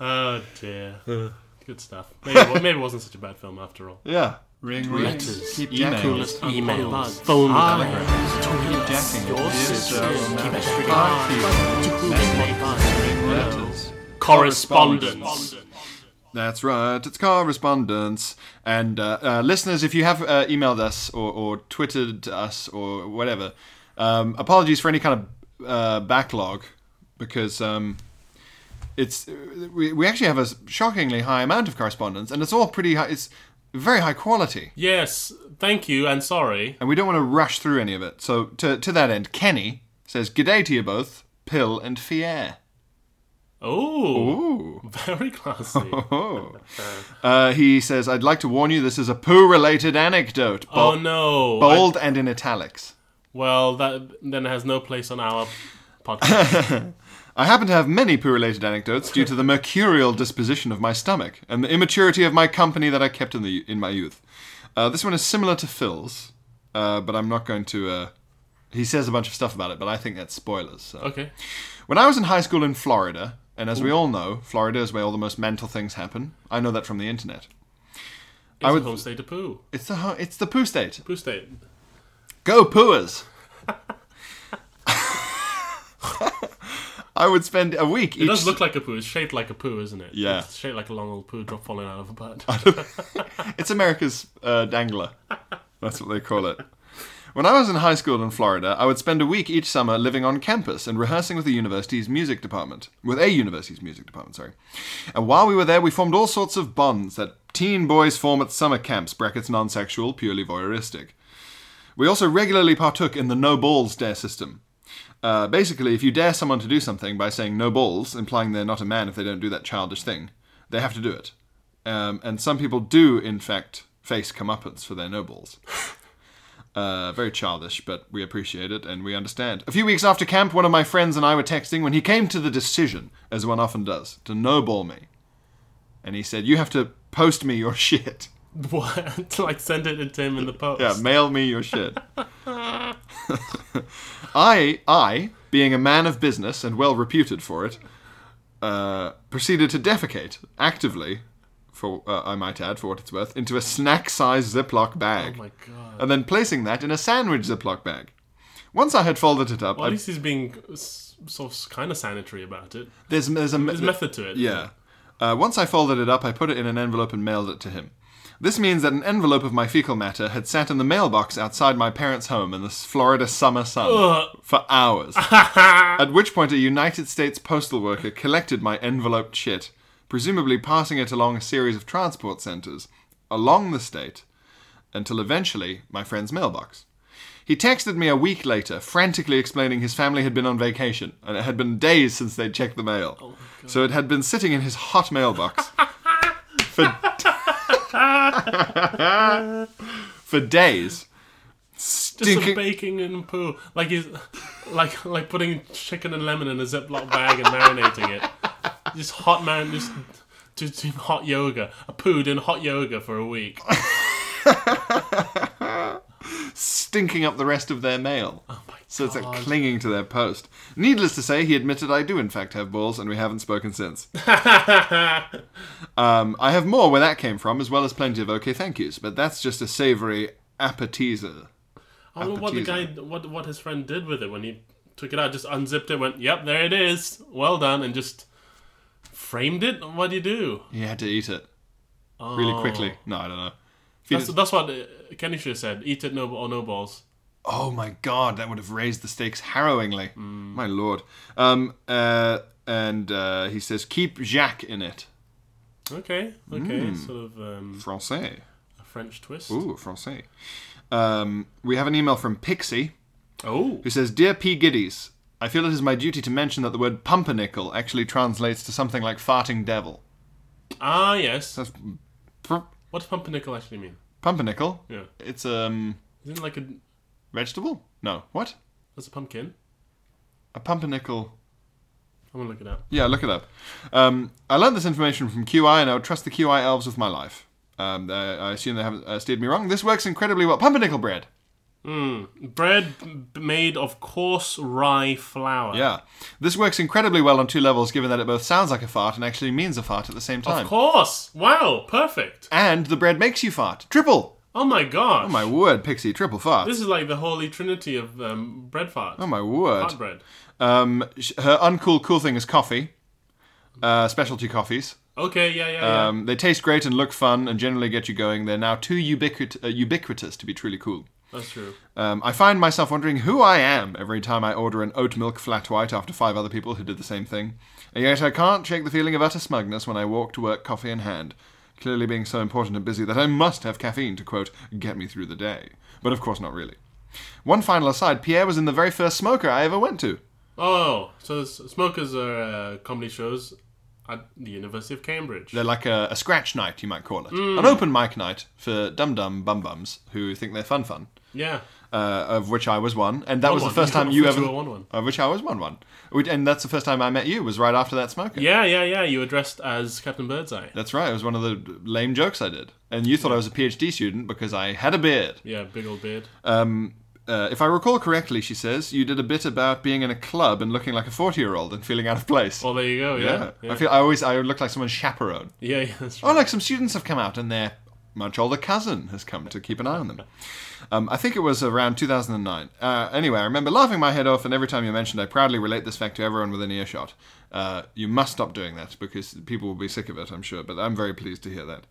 [SPEAKER 2] oh dear. Good stuff. Maybe, well, maybe it wasn't such a bad film after all.
[SPEAKER 1] yeah
[SPEAKER 3] Ring letters,
[SPEAKER 1] keep
[SPEAKER 3] emails,
[SPEAKER 1] jacking
[SPEAKER 3] emails,
[SPEAKER 2] Emails,
[SPEAKER 3] phone
[SPEAKER 2] eyes,
[SPEAKER 3] telegrams,
[SPEAKER 2] tweets,
[SPEAKER 3] jacking,
[SPEAKER 2] your
[SPEAKER 3] yes,
[SPEAKER 2] sisters,
[SPEAKER 3] um,
[SPEAKER 2] keep
[SPEAKER 3] messages,
[SPEAKER 2] it
[SPEAKER 3] archives, messages, ring letters.
[SPEAKER 2] Correspondence.
[SPEAKER 1] That's right, it's correspondence. And uh, uh, listeners, if you have uh, emailed us or, or twittered us or whatever, um, apologies for any kind of uh, backlog because um, it's we, we actually have a shockingly high amount of correspondence and it's all pretty high, it's very high quality.
[SPEAKER 2] Yes, thank you and sorry.
[SPEAKER 1] And we don't want to rush through any of it. So, to, to that end, Kenny says, G'day to you both, Pill and Fier.
[SPEAKER 2] Oh,
[SPEAKER 1] Ooh.
[SPEAKER 2] [LAUGHS]
[SPEAKER 1] [LAUGHS]
[SPEAKER 2] very classy.
[SPEAKER 1] Oh. Uh, he says, I'd like to warn you this is a poo related anecdote.
[SPEAKER 2] Oh
[SPEAKER 1] Bul-
[SPEAKER 2] no. I-
[SPEAKER 1] Bold and in
[SPEAKER 2] [LAUGHS]
[SPEAKER 1] italics.
[SPEAKER 2] well, that then has no place
[SPEAKER 1] [LAUGHS]
[SPEAKER 2] on our podcast.
[SPEAKER 1] I happen to have many poo related anecdotes due to the mercurial disposition of my stomach and the immaturity of my company that I kept in, the, in my youth. Uh, this one is similar to Phil's, uh, but I'm not going to. Uh, he says a bunch of stuff about it, but I think that's spoilers. So.
[SPEAKER 2] okay.
[SPEAKER 1] When I was in high school in Florida, and as we all know, Florida is where all the most mental things happen. I know that from the internet.
[SPEAKER 2] It's
[SPEAKER 1] would-
[SPEAKER 2] a home state to poo.
[SPEAKER 1] It's the, ho- it's the poo state.
[SPEAKER 2] Poo state.
[SPEAKER 1] Go pooers. I would spend a week
[SPEAKER 2] It
[SPEAKER 1] each.
[SPEAKER 2] does look like a poo. It's shaped like a poo, isn't it?
[SPEAKER 1] Yeah.
[SPEAKER 2] It's shaped like a long old poo drop falling out of a butt.
[SPEAKER 1] it's America's uh, dangler. That's what they call it. When I was in high school in Florida, I would spend a week each summer living on campus and rehearsing with the university's music department. With a university's music department, sorry. And while we were there, we formed all sorts of bonds that teen boys form at summer camps, brackets non sexual, purely voyeuristic. We also regularly partook in the no balls dare system. Uh, basically, if you dare someone to do something by saying no balls, implying they're not a man if they don't do that childish thing, they have to do it. Um, and some people do, in fact, face comeuppance for their no balls. [LAUGHS] Uh, very childish, but we appreciate it and we understand. A few weeks after camp, one of my friends and I were texting when he came to the decision, as one often does, to no ball me. And he said, You have to post me your [LAUGHS] shit.
[SPEAKER 2] [LAUGHS] what? To, like send it to him in the post.
[SPEAKER 1] Yeah, mail me your shit.
[SPEAKER 2] [LAUGHS]
[SPEAKER 1] I, I, being a man of business and well reputed for it, uh, proceeded to defecate actively, for uh, I might add, for what it's worth, into a snack-sized Ziploc bag.
[SPEAKER 2] Oh my god.
[SPEAKER 1] And then placing that in a sandwich Ziploc bag. Once I had folded it up,
[SPEAKER 2] Well, at
[SPEAKER 1] I,
[SPEAKER 2] least he's being s- sort of kind of sanitary about it.
[SPEAKER 1] there's there's a
[SPEAKER 2] There's method to it.
[SPEAKER 1] Yeah. Uh, once I folded it up, I put it in an envelope and mailed it to him. This means that an envelope of my fecal matter had sat in the mailbox outside my parents' home in the s- Florida summer sun for hours. At which point, a United States postal worker collected my enveloped shit, presumably passing it along a series of transport centers along the state until eventually my friend's mailbox. He texted me a week later, frantically explaining his family had been on vacation and it had been days since they'd checked the mail. so it had been sitting in his hot mailbox for, for days.
[SPEAKER 2] Just some
[SPEAKER 1] Stinking.
[SPEAKER 2] baking and poo. Like he's like like putting chicken and lemon in a Ziploc bag and marinating it. Just hot man, just just doing hot yoga. A poo doing hot yoga for a week. [LAUGHS]
[SPEAKER 1] stinking up the rest of their mail. So it's like clinging to their post. Needless to say, he admitted I do in fact have balls, and we haven't spoken since. um, I have more where that came from, as well as plenty of okay thank yous, but that's just a savory appetizer.
[SPEAKER 2] I wonder what the guy, what what his friend did with it when he took it out. Just unzipped it, went, "Yep, there it is. Well done," and just framed it. What do you do?
[SPEAKER 1] He had to eat it really quickly. No, I don't know. Feed
[SPEAKER 2] That's,
[SPEAKER 1] it-
[SPEAKER 2] that's what uh, Kenny should have said. Eat it, no or no balls.
[SPEAKER 1] Oh my god, that would have raised the stakes harrowingly. My lord. Um, uh, and uh, he says, keep Jacques in it.
[SPEAKER 2] Okay, okay, sort of um,
[SPEAKER 1] Francais.
[SPEAKER 2] a French twist.
[SPEAKER 1] Ooh, Francais. Um, we have an email from Pixie.
[SPEAKER 2] Oh,
[SPEAKER 1] who says, Dear P. Giddies, I feel it is my duty to mention that the word pumpernickel actually translates to something like farting devil.
[SPEAKER 2] ah, yes.
[SPEAKER 1] That's pr-
[SPEAKER 2] What does pumpernickel actually mean?
[SPEAKER 1] pumpernickel?
[SPEAKER 2] Yeah.
[SPEAKER 1] It's um
[SPEAKER 2] Isn't it like a
[SPEAKER 1] vegetable? No. What?
[SPEAKER 2] that's a pumpkin?
[SPEAKER 1] A pumpernickel.
[SPEAKER 2] I'm gonna look it up.
[SPEAKER 1] Yeah, look it up. Um, I learned this information from QI and I would trust the QI elves with my life. Um, I, I assume they haven't uh, steered me wrong. This works incredibly well. Pumpernickel bread.
[SPEAKER 2] Hmm. Bread b- made of coarse rye flour.
[SPEAKER 1] Yeah. This works incredibly well on two levels, given that it both sounds like a fart and actually means a fart at the same time.
[SPEAKER 2] Of course. Wow. Perfect.
[SPEAKER 1] And the bread makes you fart. Triple.
[SPEAKER 2] Oh my gosh.
[SPEAKER 1] Oh my word, Pixie, triple fart.
[SPEAKER 2] This is like the holy trinity of um, bread farts.
[SPEAKER 1] Oh my word.
[SPEAKER 2] Fart bread.
[SPEAKER 1] Um, sh- her uncool cool thing is coffee, uh, specialty coffees.
[SPEAKER 2] Okay. Yeah. Yeah. Yeah.
[SPEAKER 1] Um, they taste great and look fun and generally get you going. They're now too ubiquit- uh, ubiquitous to be truly cool.
[SPEAKER 2] that's true.
[SPEAKER 1] Um, I find myself wondering who I am every time I order an oat milk flat white after five other people who did the same thing. And yet I can't shake the feeling of utter smugness when I walk to work coffee in hand. Clearly being so important and busy that I must have caffeine to quote, get me through the day. But of course not really. One final aside, Pierre was in the very first smoker I ever went to.
[SPEAKER 2] Oh, so s- smokers are uh, comedy shows at the University of Cambridge.
[SPEAKER 1] They're like a, a scratch night, you might call it. An open mic night for dum dum bum bums who think they're fun fun.
[SPEAKER 2] yeah.
[SPEAKER 1] Uh, of which I was one, and that was the
[SPEAKER 2] one.
[SPEAKER 1] first time
[SPEAKER 2] Of
[SPEAKER 1] you
[SPEAKER 2] which
[SPEAKER 1] ever.
[SPEAKER 2] you were one one.
[SPEAKER 1] Of which I was one one, We- and that's the first time I met you. Was right after that smoker.
[SPEAKER 2] Yeah. Yeah. Yeah. You were dressed as Captain Birdseye.
[SPEAKER 1] that's right. It was one of the lame jokes I did, and you thought I was a PhD student because I had a beard.
[SPEAKER 2] Yeah. Big old beard.
[SPEAKER 1] Uh, if I recall correctly, she says you did a bit about being in a club and looking like a forty-year-old and feeling out of place.
[SPEAKER 2] well, there you go. Yeah. Yeah.
[SPEAKER 1] I feel I always I look like someone's chaperone.
[SPEAKER 2] yeah, [LAUGHS] yeah, that's
[SPEAKER 1] Oh,
[SPEAKER 2] right.
[SPEAKER 1] look, some students have come out, and their much older cousin has come to keep an eye on them. Um, I think it was around 2009. Uh, anyway, I remember laughing my head off, and every time you mentioned, I proudly relate this fact to everyone within earshot. Uh, you must stop doing that because people will be sick of it, I'm sure, but I'm very pleased to hear that.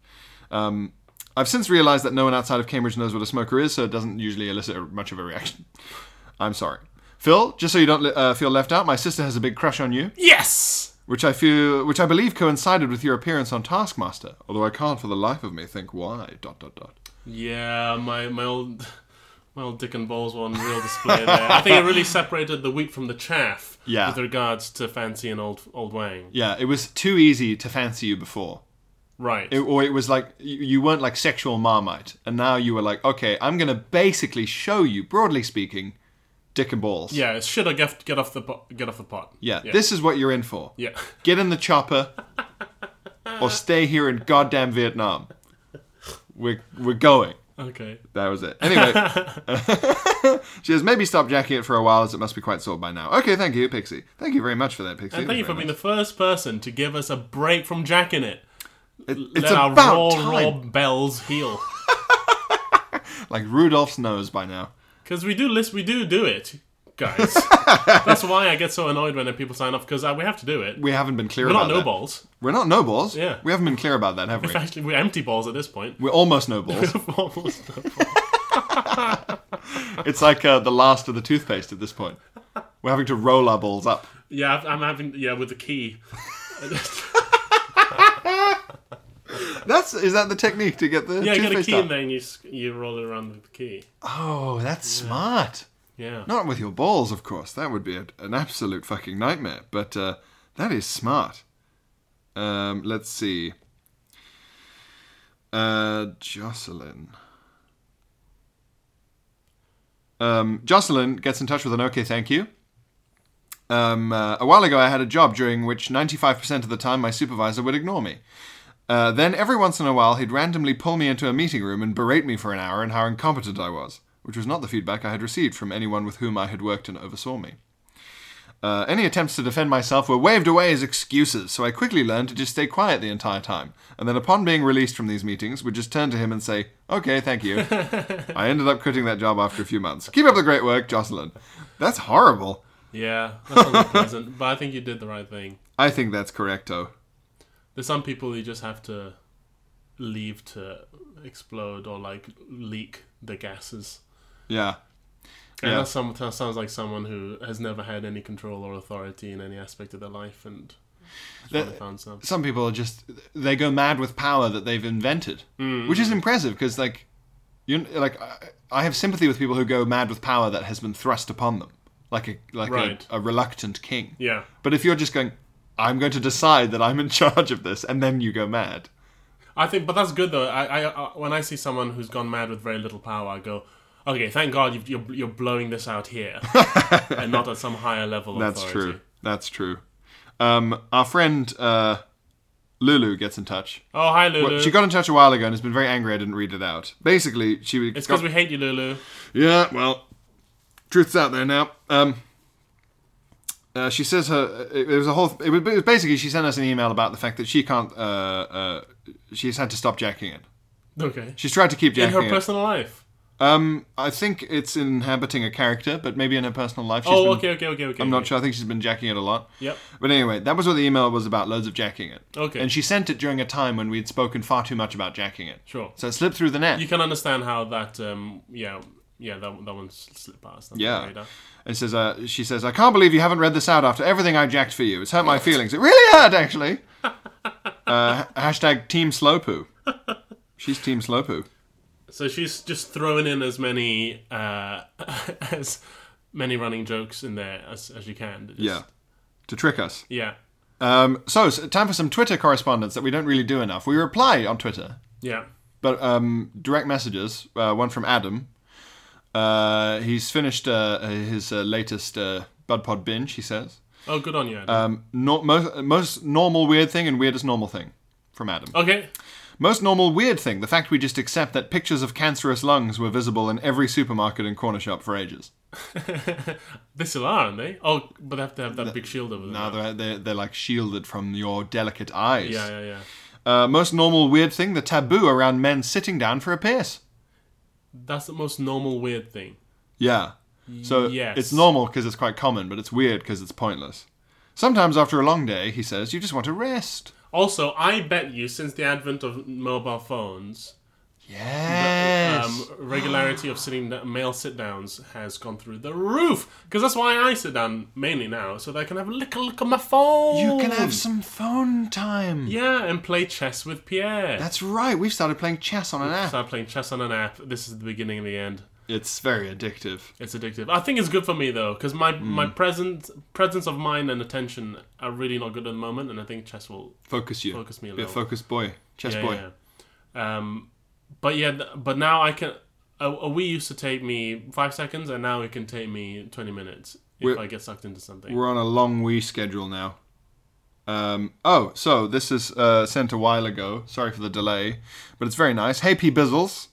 [SPEAKER 1] Um, I've since realized that no one outside of Cambridge knows what a smoker is, so it doesn't usually elicit a- much of a reaction. [LAUGHS] I'm sorry. Phil, just so you don't uh, feel left out, my sister has a big crush on you
[SPEAKER 2] Yes.
[SPEAKER 1] which I feel, which I believe coincided with your appearance on Taskmaster. Although I can't for the life of me think why. Dot dot dot.
[SPEAKER 2] Yeah, my my old my old dick and balls were on real display there. I think it really separated the wheat from the chaff
[SPEAKER 1] Yeah.
[SPEAKER 2] with regards to fancy and old old Wang.
[SPEAKER 1] Yeah, it was too easy to fancy you before,
[SPEAKER 2] Right.
[SPEAKER 1] it, or it was like you, you weren't like sexual marmite, and now you were like, okay, I'm gonna basically show you, broadly speaking, dick and balls.
[SPEAKER 2] yeah, it's shit I get get off the pot, get off the pot.
[SPEAKER 1] yeah. This is what you're in for.
[SPEAKER 2] Yeah. [LAUGHS]
[SPEAKER 1] Get in the chopper, or stay here in goddamn Vietnam. We're we're going.
[SPEAKER 2] Okay.
[SPEAKER 1] That was it.
[SPEAKER 2] [LAUGHS]
[SPEAKER 1] Anyway, [LAUGHS] she says, maybe stop jacking it for a while as it must be quite sore by now. Okay, thank you, Pixie. Thank you very much for that, Pixie.
[SPEAKER 2] And thank you for
[SPEAKER 1] Very
[SPEAKER 2] being the
[SPEAKER 1] nice.
[SPEAKER 2] first person to give us a break from Jack in it.
[SPEAKER 1] It- It's
[SPEAKER 2] Let our
[SPEAKER 1] about
[SPEAKER 2] raw raw
[SPEAKER 1] time.
[SPEAKER 2] bells heal.
[SPEAKER 1] Like Rudolph's nose by now.
[SPEAKER 2] Because we do list, we do do it,
[SPEAKER 1] [LAUGHS]
[SPEAKER 2] guys. That's why I get so annoyed when people sign off because we have to do it.
[SPEAKER 1] We haven't been clear
[SPEAKER 2] We're
[SPEAKER 1] about
[SPEAKER 2] not no
[SPEAKER 1] that.
[SPEAKER 2] balls.
[SPEAKER 1] We're not no balls.
[SPEAKER 2] Yeah.
[SPEAKER 1] We haven't been clear about that, have we?
[SPEAKER 2] Actually, we're empty balls at this point.
[SPEAKER 1] We're almost no
[SPEAKER 2] [LAUGHS]
[SPEAKER 1] balls.
[SPEAKER 2] Almost no balls.
[SPEAKER 1] it's like uh, the last of the toothpaste at this point. We're having to roll our balls up.
[SPEAKER 2] Yeah, I've- I'm having yeah with the
[SPEAKER 1] [LAUGHS]
[SPEAKER 2] key.
[SPEAKER 1] That's is that the technique to get the
[SPEAKER 2] Yeah, you
[SPEAKER 1] toothpaste
[SPEAKER 2] get a key
[SPEAKER 1] up?
[SPEAKER 2] and then you s- you roll it around with the key.
[SPEAKER 1] Oh, that's smart.
[SPEAKER 2] Yeah.
[SPEAKER 1] Not with your balls, of course. That would be a, an absolute fucking nightmare. But uh, that is smart. Um, let's see. Uh, Jocelyn. Um, Jocelyn gets in touch with an okay, thank you. Um, uh, a while ago, I had a job during which 95% of the time my supervisor would ignore me. Uh, then, every once in a while, he'd randomly pull me into a meeting room and berate me for an hour and how incompetent I was, which was not the feedback I had received from anyone with whom I had worked and oversaw me. Uh, any attempts to defend myself were waved away as excuses, so I quickly learned to just stay quiet the entire time, and then upon being released from these meetings, would just turn to him and say, Okay, thank you. I ended up quitting that job after a few months. Keep up the great work, Jocelyn. That's horrible.
[SPEAKER 2] Yeah, that sounds unpleasant, but I think you did the right thing.
[SPEAKER 1] I think that's correcto.
[SPEAKER 2] There's some people you just have to leave to explode or like leak the gases.
[SPEAKER 1] Yeah.
[SPEAKER 2] And
[SPEAKER 1] Yeah.
[SPEAKER 2] that, some, that sounds like someone who has never had any control or authority in any aspect of their life and just
[SPEAKER 1] That-
[SPEAKER 2] finally
[SPEAKER 1] [LAUGHS]
[SPEAKER 2] found some.
[SPEAKER 1] Some people are just they go mad with power that they've invented,
[SPEAKER 2] Hmm.
[SPEAKER 1] which is impressive because like you like I, I have sympathy with people who go mad with power that has been thrust upon them, like a like
[SPEAKER 2] Right.
[SPEAKER 1] a, a reluctant king.
[SPEAKER 2] Yeah.
[SPEAKER 1] But if you're just going, I'm going to decide that I'm in [LAUGHS] charge of this, and then you go mad.
[SPEAKER 2] I think, but that's good though. I, I, I when I see someone who's gone mad with very little power, I go, okay, thank God you've, you're you're blowing this
[SPEAKER 1] [LAUGHS]
[SPEAKER 2] out here and not at some higher level. of
[SPEAKER 1] That's
[SPEAKER 2] authority.
[SPEAKER 1] true. That's true. Um, our friend uh, Lulu gets in touch.
[SPEAKER 2] Oh, hi Lulu.
[SPEAKER 1] Well, she got in touch a while ago and has been very angry. I didn't read it out. Basically, she
[SPEAKER 2] it's
[SPEAKER 1] got-
[SPEAKER 2] because we hate you, Lulu.
[SPEAKER 1] Yeah, well, truth's out there now. Um, uh, she says her it, it was a whole. It was, it was basically she sent us an email about the fact that she can't. Uh, uh, she's had to stop jacking it.
[SPEAKER 2] Okay.
[SPEAKER 1] She's tried to keep
[SPEAKER 2] In
[SPEAKER 1] jacking
[SPEAKER 2] her
[SPEAKER 1] it.
[SPEAKER 2] personal life.
[SPEAKER 1] um, I think it's inhabiting a character, but maybe in her personal life. she's
[SPEAKER 2] oh,
[SPEAKER 1] been-
[SPEAKER 2] okay, okay, okay, okay.
[SPEAKER 1] I'm not
[SPEAKER 2] okay.
[SPEAKER 1] sure. I think she's been jacking it a lot.
[SPEAKER 2] Yep.
[SPEAKER 1] But anyway, that was what the email was about. Loads of jacking it.
[SPEAKER 2] Okay.
[SPEAKER 1] And she sent it during a time when we had spoken far too much about jacking it.
[SPEAKER 2] Sure.
[SPEAKER 1] So it slipped through the net.
[SPEAKER 2] You can understand how that. Um, yeah, yeah, that that one slipped past. That's eh?
[SPEAKER 1] Yeah.
[SPEAKER 2] on the radar.
[SPEAKER 1] And says, uh, she says, I can't believe you haven't read this out after everything I jacked for you. It's hurt my feelings. It really hurt, actually. Uh, hashtag Team Slowpoo. She's Team Slowpoo.
[SPEAKER 2] So she's just thrown in as many uh, [LAUGHS] as many running jokes in there as as you can. Just-
[SPEAKER 1] Yeah. To trick us.
[SPEAKER 2] Yeah.
[SPEAKER 1] Um, so, s time for some Twitter correspondence that we don't really do enough. We reply on Twitter,
[SPEAKER 2] Yeah.
[SPEAKER 1] but um, direct messages, uh, one from Adam. Uh, he's finished uh, his uh, latest uh, BudPod binge, he says.
[SPEAKER 2] Oh, good on you. Adam.
[SPEAKER 1] Um, no- most, most normal weird thing and weirdest normal thing from Adam.
[SPEAKER 2] okay.
[SPEAKER 1] Most normal weird thing, the fact we just accept that pictures of cancerous lungs were visible in every supermarket and corner shop for ages.
[SPEAKER 2] They still are, aren't they? Oh, but they have to have that big shield over them.
[SPEAKER 1] Now they're, they're, they're like shielded from your delicate eyes.
[SPEAKER 2] yeah, yeah, yeah.
[SPEAKER 1] Uh, most normal weird thing, the taboo around men sitting down for a piss.
[SPEAKER 2] That's the most normal weird thing.
[SPEAKER 1] Yeah. So
[SPEAKER 2] Yes.
[SPEAKER 1] it's normal because it's quite common, but it's weird because it's pointless. Sometimes after a long day, he says, you just want to rest.
[SPEAKER 2] Also, I bet you since the advent of mobile phones,
[SPEAKER 1] Yes.
[SPEAKER 2] um, regularity of sitting male sit downs has gone through the roof. Because that's why I sit down mainly now, so that I can have a little look at my phone.
[SPEAKER 1] you can have some phone time.
[SPEAKER 2] Yeah, and play chess with Pierre.
[SPEAKER 1] That's right. We've started playing chess on an app.
[SPEAKER 2] Start playing chess on an app. This is the beginning and the end.
[SPEAKER 1] It's very addictive.
[SPEAKER 2] It's addictive. I think it's good for me though, because my
[SPEAKER 1] Mm.
[SPEAKER 2] my present presence of mind and attention are really not good at the moment, and I think chess will
[SPEAKER 1] Focus you.
[SPEAKER 2] Focus me a
[SPEAKER 1] Be a
[SPEAKER 2] little.
[SPEAKER 1] focused boy. Chess
[SPEAKER 2] Yeah,
[SPEAKER 1] boy.
[SPEAKER 2] yeah. Um, but yeah, th- but now I can. A, a Wii used to take me five seconds, and now it can take me twenty minutes if
[SPEAKER 1] We're-
[SPEAKER 2] I get sucked into something.
[SPEAKER 1] We're on a long Wii schedule now. Um, oh, so this is uh, sent a while ago. Sorry for the delay, but it's very nice. Hey, P. Bizzles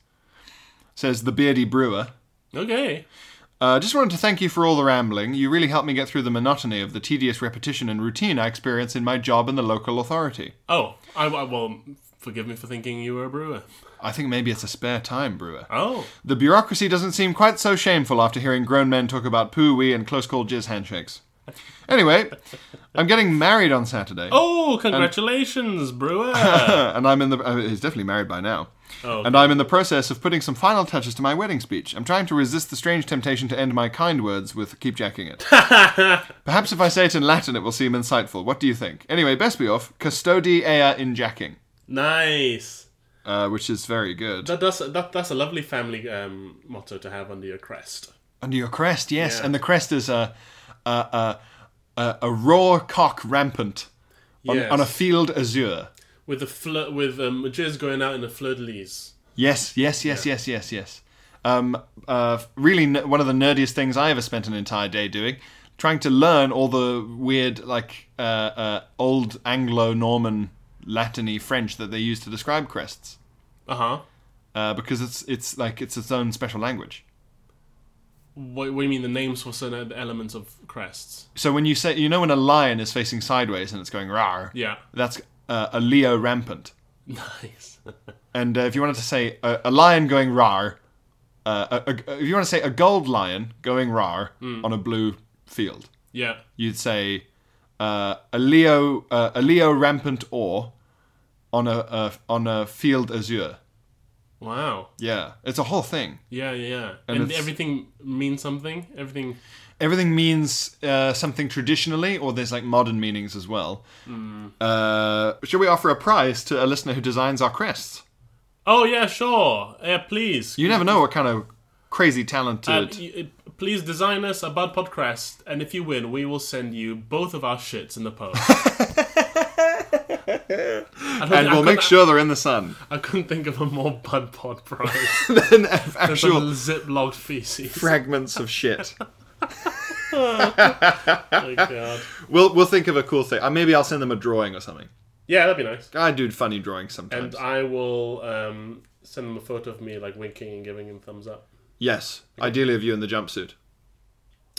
[SPEAKER 1] says the beardy brewer.
[SPEAKER 2] Okay.
[SPEAKER 1] Uh, just wanted to thank you for all the rambling. You really helped me get through the monotony of the tedious repetition and routine I experience in my job in the local authority.
[SPEAKER 2] Oh, I, I well, forgive me for thinking you were a brewer.
[SPEAKER 1] I think maybe it's a spare time brewer.
[SPEAKER 2] Oh,
[SPEAKER 1] The bureaucracy doesn't seem quite so shameful after hearing grown men talk about poo wee and close call jizz handshakes. Anyway, I'm getting married on Saturday.
[SPEAKER 2] oh, congratulations, brewer.
[SPEAKER 1] [LAUGHS] and I'm in the. Uh, he's definitely married by now.
[SPEAKER 2] Oh,
[SPEAKER 1] And I'm in the process of putting some final touches to my wedding speech. I'm trying to resist the strange temptation to end my kind words with keep jacking
[SPEAKER 2] [LAUGHS]
[SPEAKER 1] it. Perhaps if I say it in Latin, it will seem insightful. What do you think? Anyway, best be off. Custodi ea in jacking,
[SPEAKER 2] nice.
[SPEAKER 1] uh, which is very good.
[SPEAKER 2] That does that. That's a lovely family um, motto to have under your crest.
[SPEAKER 1] Under your crest, yes. And the crest is a, a, a, a, a raw cock rampant on,
[SPEAKER 2] Yes.
[SPEAKER 1] on a field azure.
[SPEAKER 2] with the fl- with um, jizz going out in a fleur de lis.
[SPEAKER 1] Yes, yes, yes, yes, yes, yes. Um, uh, really, n- one of the nerdiest things I ever spent an entire day doing. trying to learn all the weird like uh, uh, old Anglo-Norman Latiny French that they use to describe crests
[SPEAKER 2] Uh huh.
[SPEAKER 1] uh, because it's it's like it's its own special language.
[SPEAKER 2] What, what do you mean the names for certain elements of crests?
[SPEAKER 1] So when you say you know when a lion is facing sideways and it's going rar,
[SPEAKER 2] Yeah.
[SPEAKER 1] that's uh, a Leo rampant.
[SPEAKER 2] Nice.
[SPEAKER 1] And uh, if you wanted to say a, a lion going rar, uh, a, a- if you want to say a gold lion going rar on a blue field,
[SPEAKER 2] yeah.
[SPEAKER 1] you'd say uh, a Leo uh, a Leo rampant or on a, a on a field azure.
[SPEAKER 2] Wow.
[SPEAKER 1] Yeah, it's a whole thing.
[SPEAKER 2] Yeah, yeah, yeah.
[SPEAKER 1] And
[SPEAKER 2] And,
[SPEAKER 1] it's-
[SPEAKER 2] everything means something. Everything.
[SPEAKER 1] Everything means uh, something traditionally, or there's like modern meanings as well.
[SPEAKER 2] Hmm.
[SPEAKER 1] Uh, should we offer a prize to a listener who designs our crests?
[SPEAKER 2] Oh yeah, sure. Yeah, please.
[SPEAKER 1] You never know what kind of crazy
[SPEAKER 2] Uh,
[SPEAKER 1] talented.
[SPEAKER 2] y- uh, please design us a Bud Pod crest, and if you win, we will send you both of our shits in the post. I don't think-
[SPEAKER 1] and
[SPEAKER 2] I
[SPEAKER 1] we'll make
[SPEAKER 2] couldn't-
[SPEAKER 1] sure they're in the
[SPEAKER 2] [LAUGHS]
[SPEAKER 1] sun.
[SPEAKER 2] I couldn't think of a more Bud Pod prize
[SPEAKER 1] then [LAUGHS]
[SPEAKER 2] than
[SPEAKER 1] actual
[SPEAKER 2] some zip-logged feces.
[SPEAKER 1] fragments of
[SPEAKER 2] [LAUGHS]
[SPEAKER 1] shit.
[SPEAKER 2] Oh, God.
[SPEAKER 1] We'll we'll think of a cool thing. Uh, maybe I'll send them a drawing or something.
[SPEAKER 2] Yeah, that'd be nice.
[SPEAKER 1] I do funny drawings
[SPEAKER 2] And
[SPEAKER 1] sometimes.
[SPEAKER 2] I will um, send them a photo of me like winking and giving him thumbs up.
[SPEAKER 1] yes, ideally of you in the jumpsuit.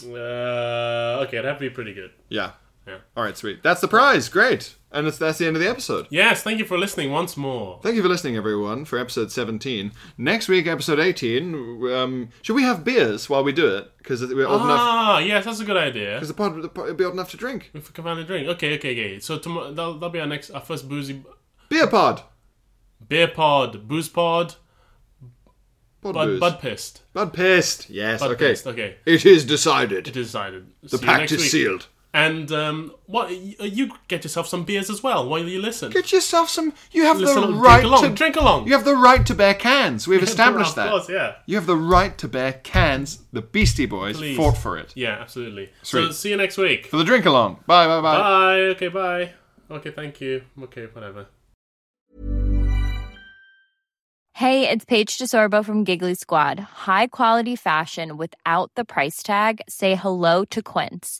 [SPEAKER 2] Uh, okay, that'd be pretty good.
[SPEAKER 1] Yeah.
[SPEAKER 2] Yeah.
[SPEAKER 1] All right, sweet. That's the prize. Great. And it's, that's the end of the episode.
[SPEAKER 2] Yes, thank you for listening once more.
[SPEAKER 1] Thank you for listening, everyone, for episode 17. Next week, episode 18. Um, should we have beers while we do it? Because we're old enough.
[SPEAKER 2] Ah, yes, that's a good idea.
[SPEAKER 1] Because the pod, the pod it'd be old enough to drink.
[SPEAKER 2] If we can find a drink. Okay, okay, okay. So tomorrow that'll, that'll be our next, our first boozy
[SPEAKER 1] Beer pod.
[SPEAKER 2] beer pod, booze pod,
[SPEAKER 1] Pod
[SPEAKER 2] bud,
[SPEAKER 1] booze.
[SPEAKER 2] bud pissed.
[SPEAKER 1] Bud pissed. Yes.
[SPEAKER 2] Bud
[SPEAKER 1] okay.
[SPEAKER 2] pissed. Okay,
[SPEAKER 1] It is decided.
[SPEAKER 2] it is decided.
[SPEAKER 1] the pact is sealed.
[SPEAKER 2] And um, what you, you get yourself some beers as well while you listen.
[SPEAKER 1] Get yourself some. You have
[SPEAKER 2] Listen,
[SPEAKER 1] the
[SPEAKER 2] drink
[SPEAKER 1] right
[SPEAKER 2] along,
[SPEAKER 1] to
[SPEAKER 2] drink along.
[SPEAKER 1] You have the right to bear cans. We've
[SPEAKER 2] [LAUGHS] Yeah,
[SPEAKER 1] established
[SPEAKER 2] of
[SPEAKER 1] that.
[SPEAKER 2] course, yeah.
[SPEAKER 1] You have the right to bear cans. The Beastie Boys
[SPEAKER 2] Please.
[SPEAKER 1] fought for it.
[SPEAKER 2] Yeah, absolutely. So
[SPEAKER 1] Sweet.
[SPEAKER 2] see you next week.
[SPEAKER 1] For the drink along. Bye, bye, bye.
[SPEAKER 2] Bye. Okay, bye. Okay, thank you. Okay, whatever.
[SPEAKER 5] Hey, it's Paige DeSorbo from Giggly Squad. High quality fashion without the price tag. Say hello to Quince.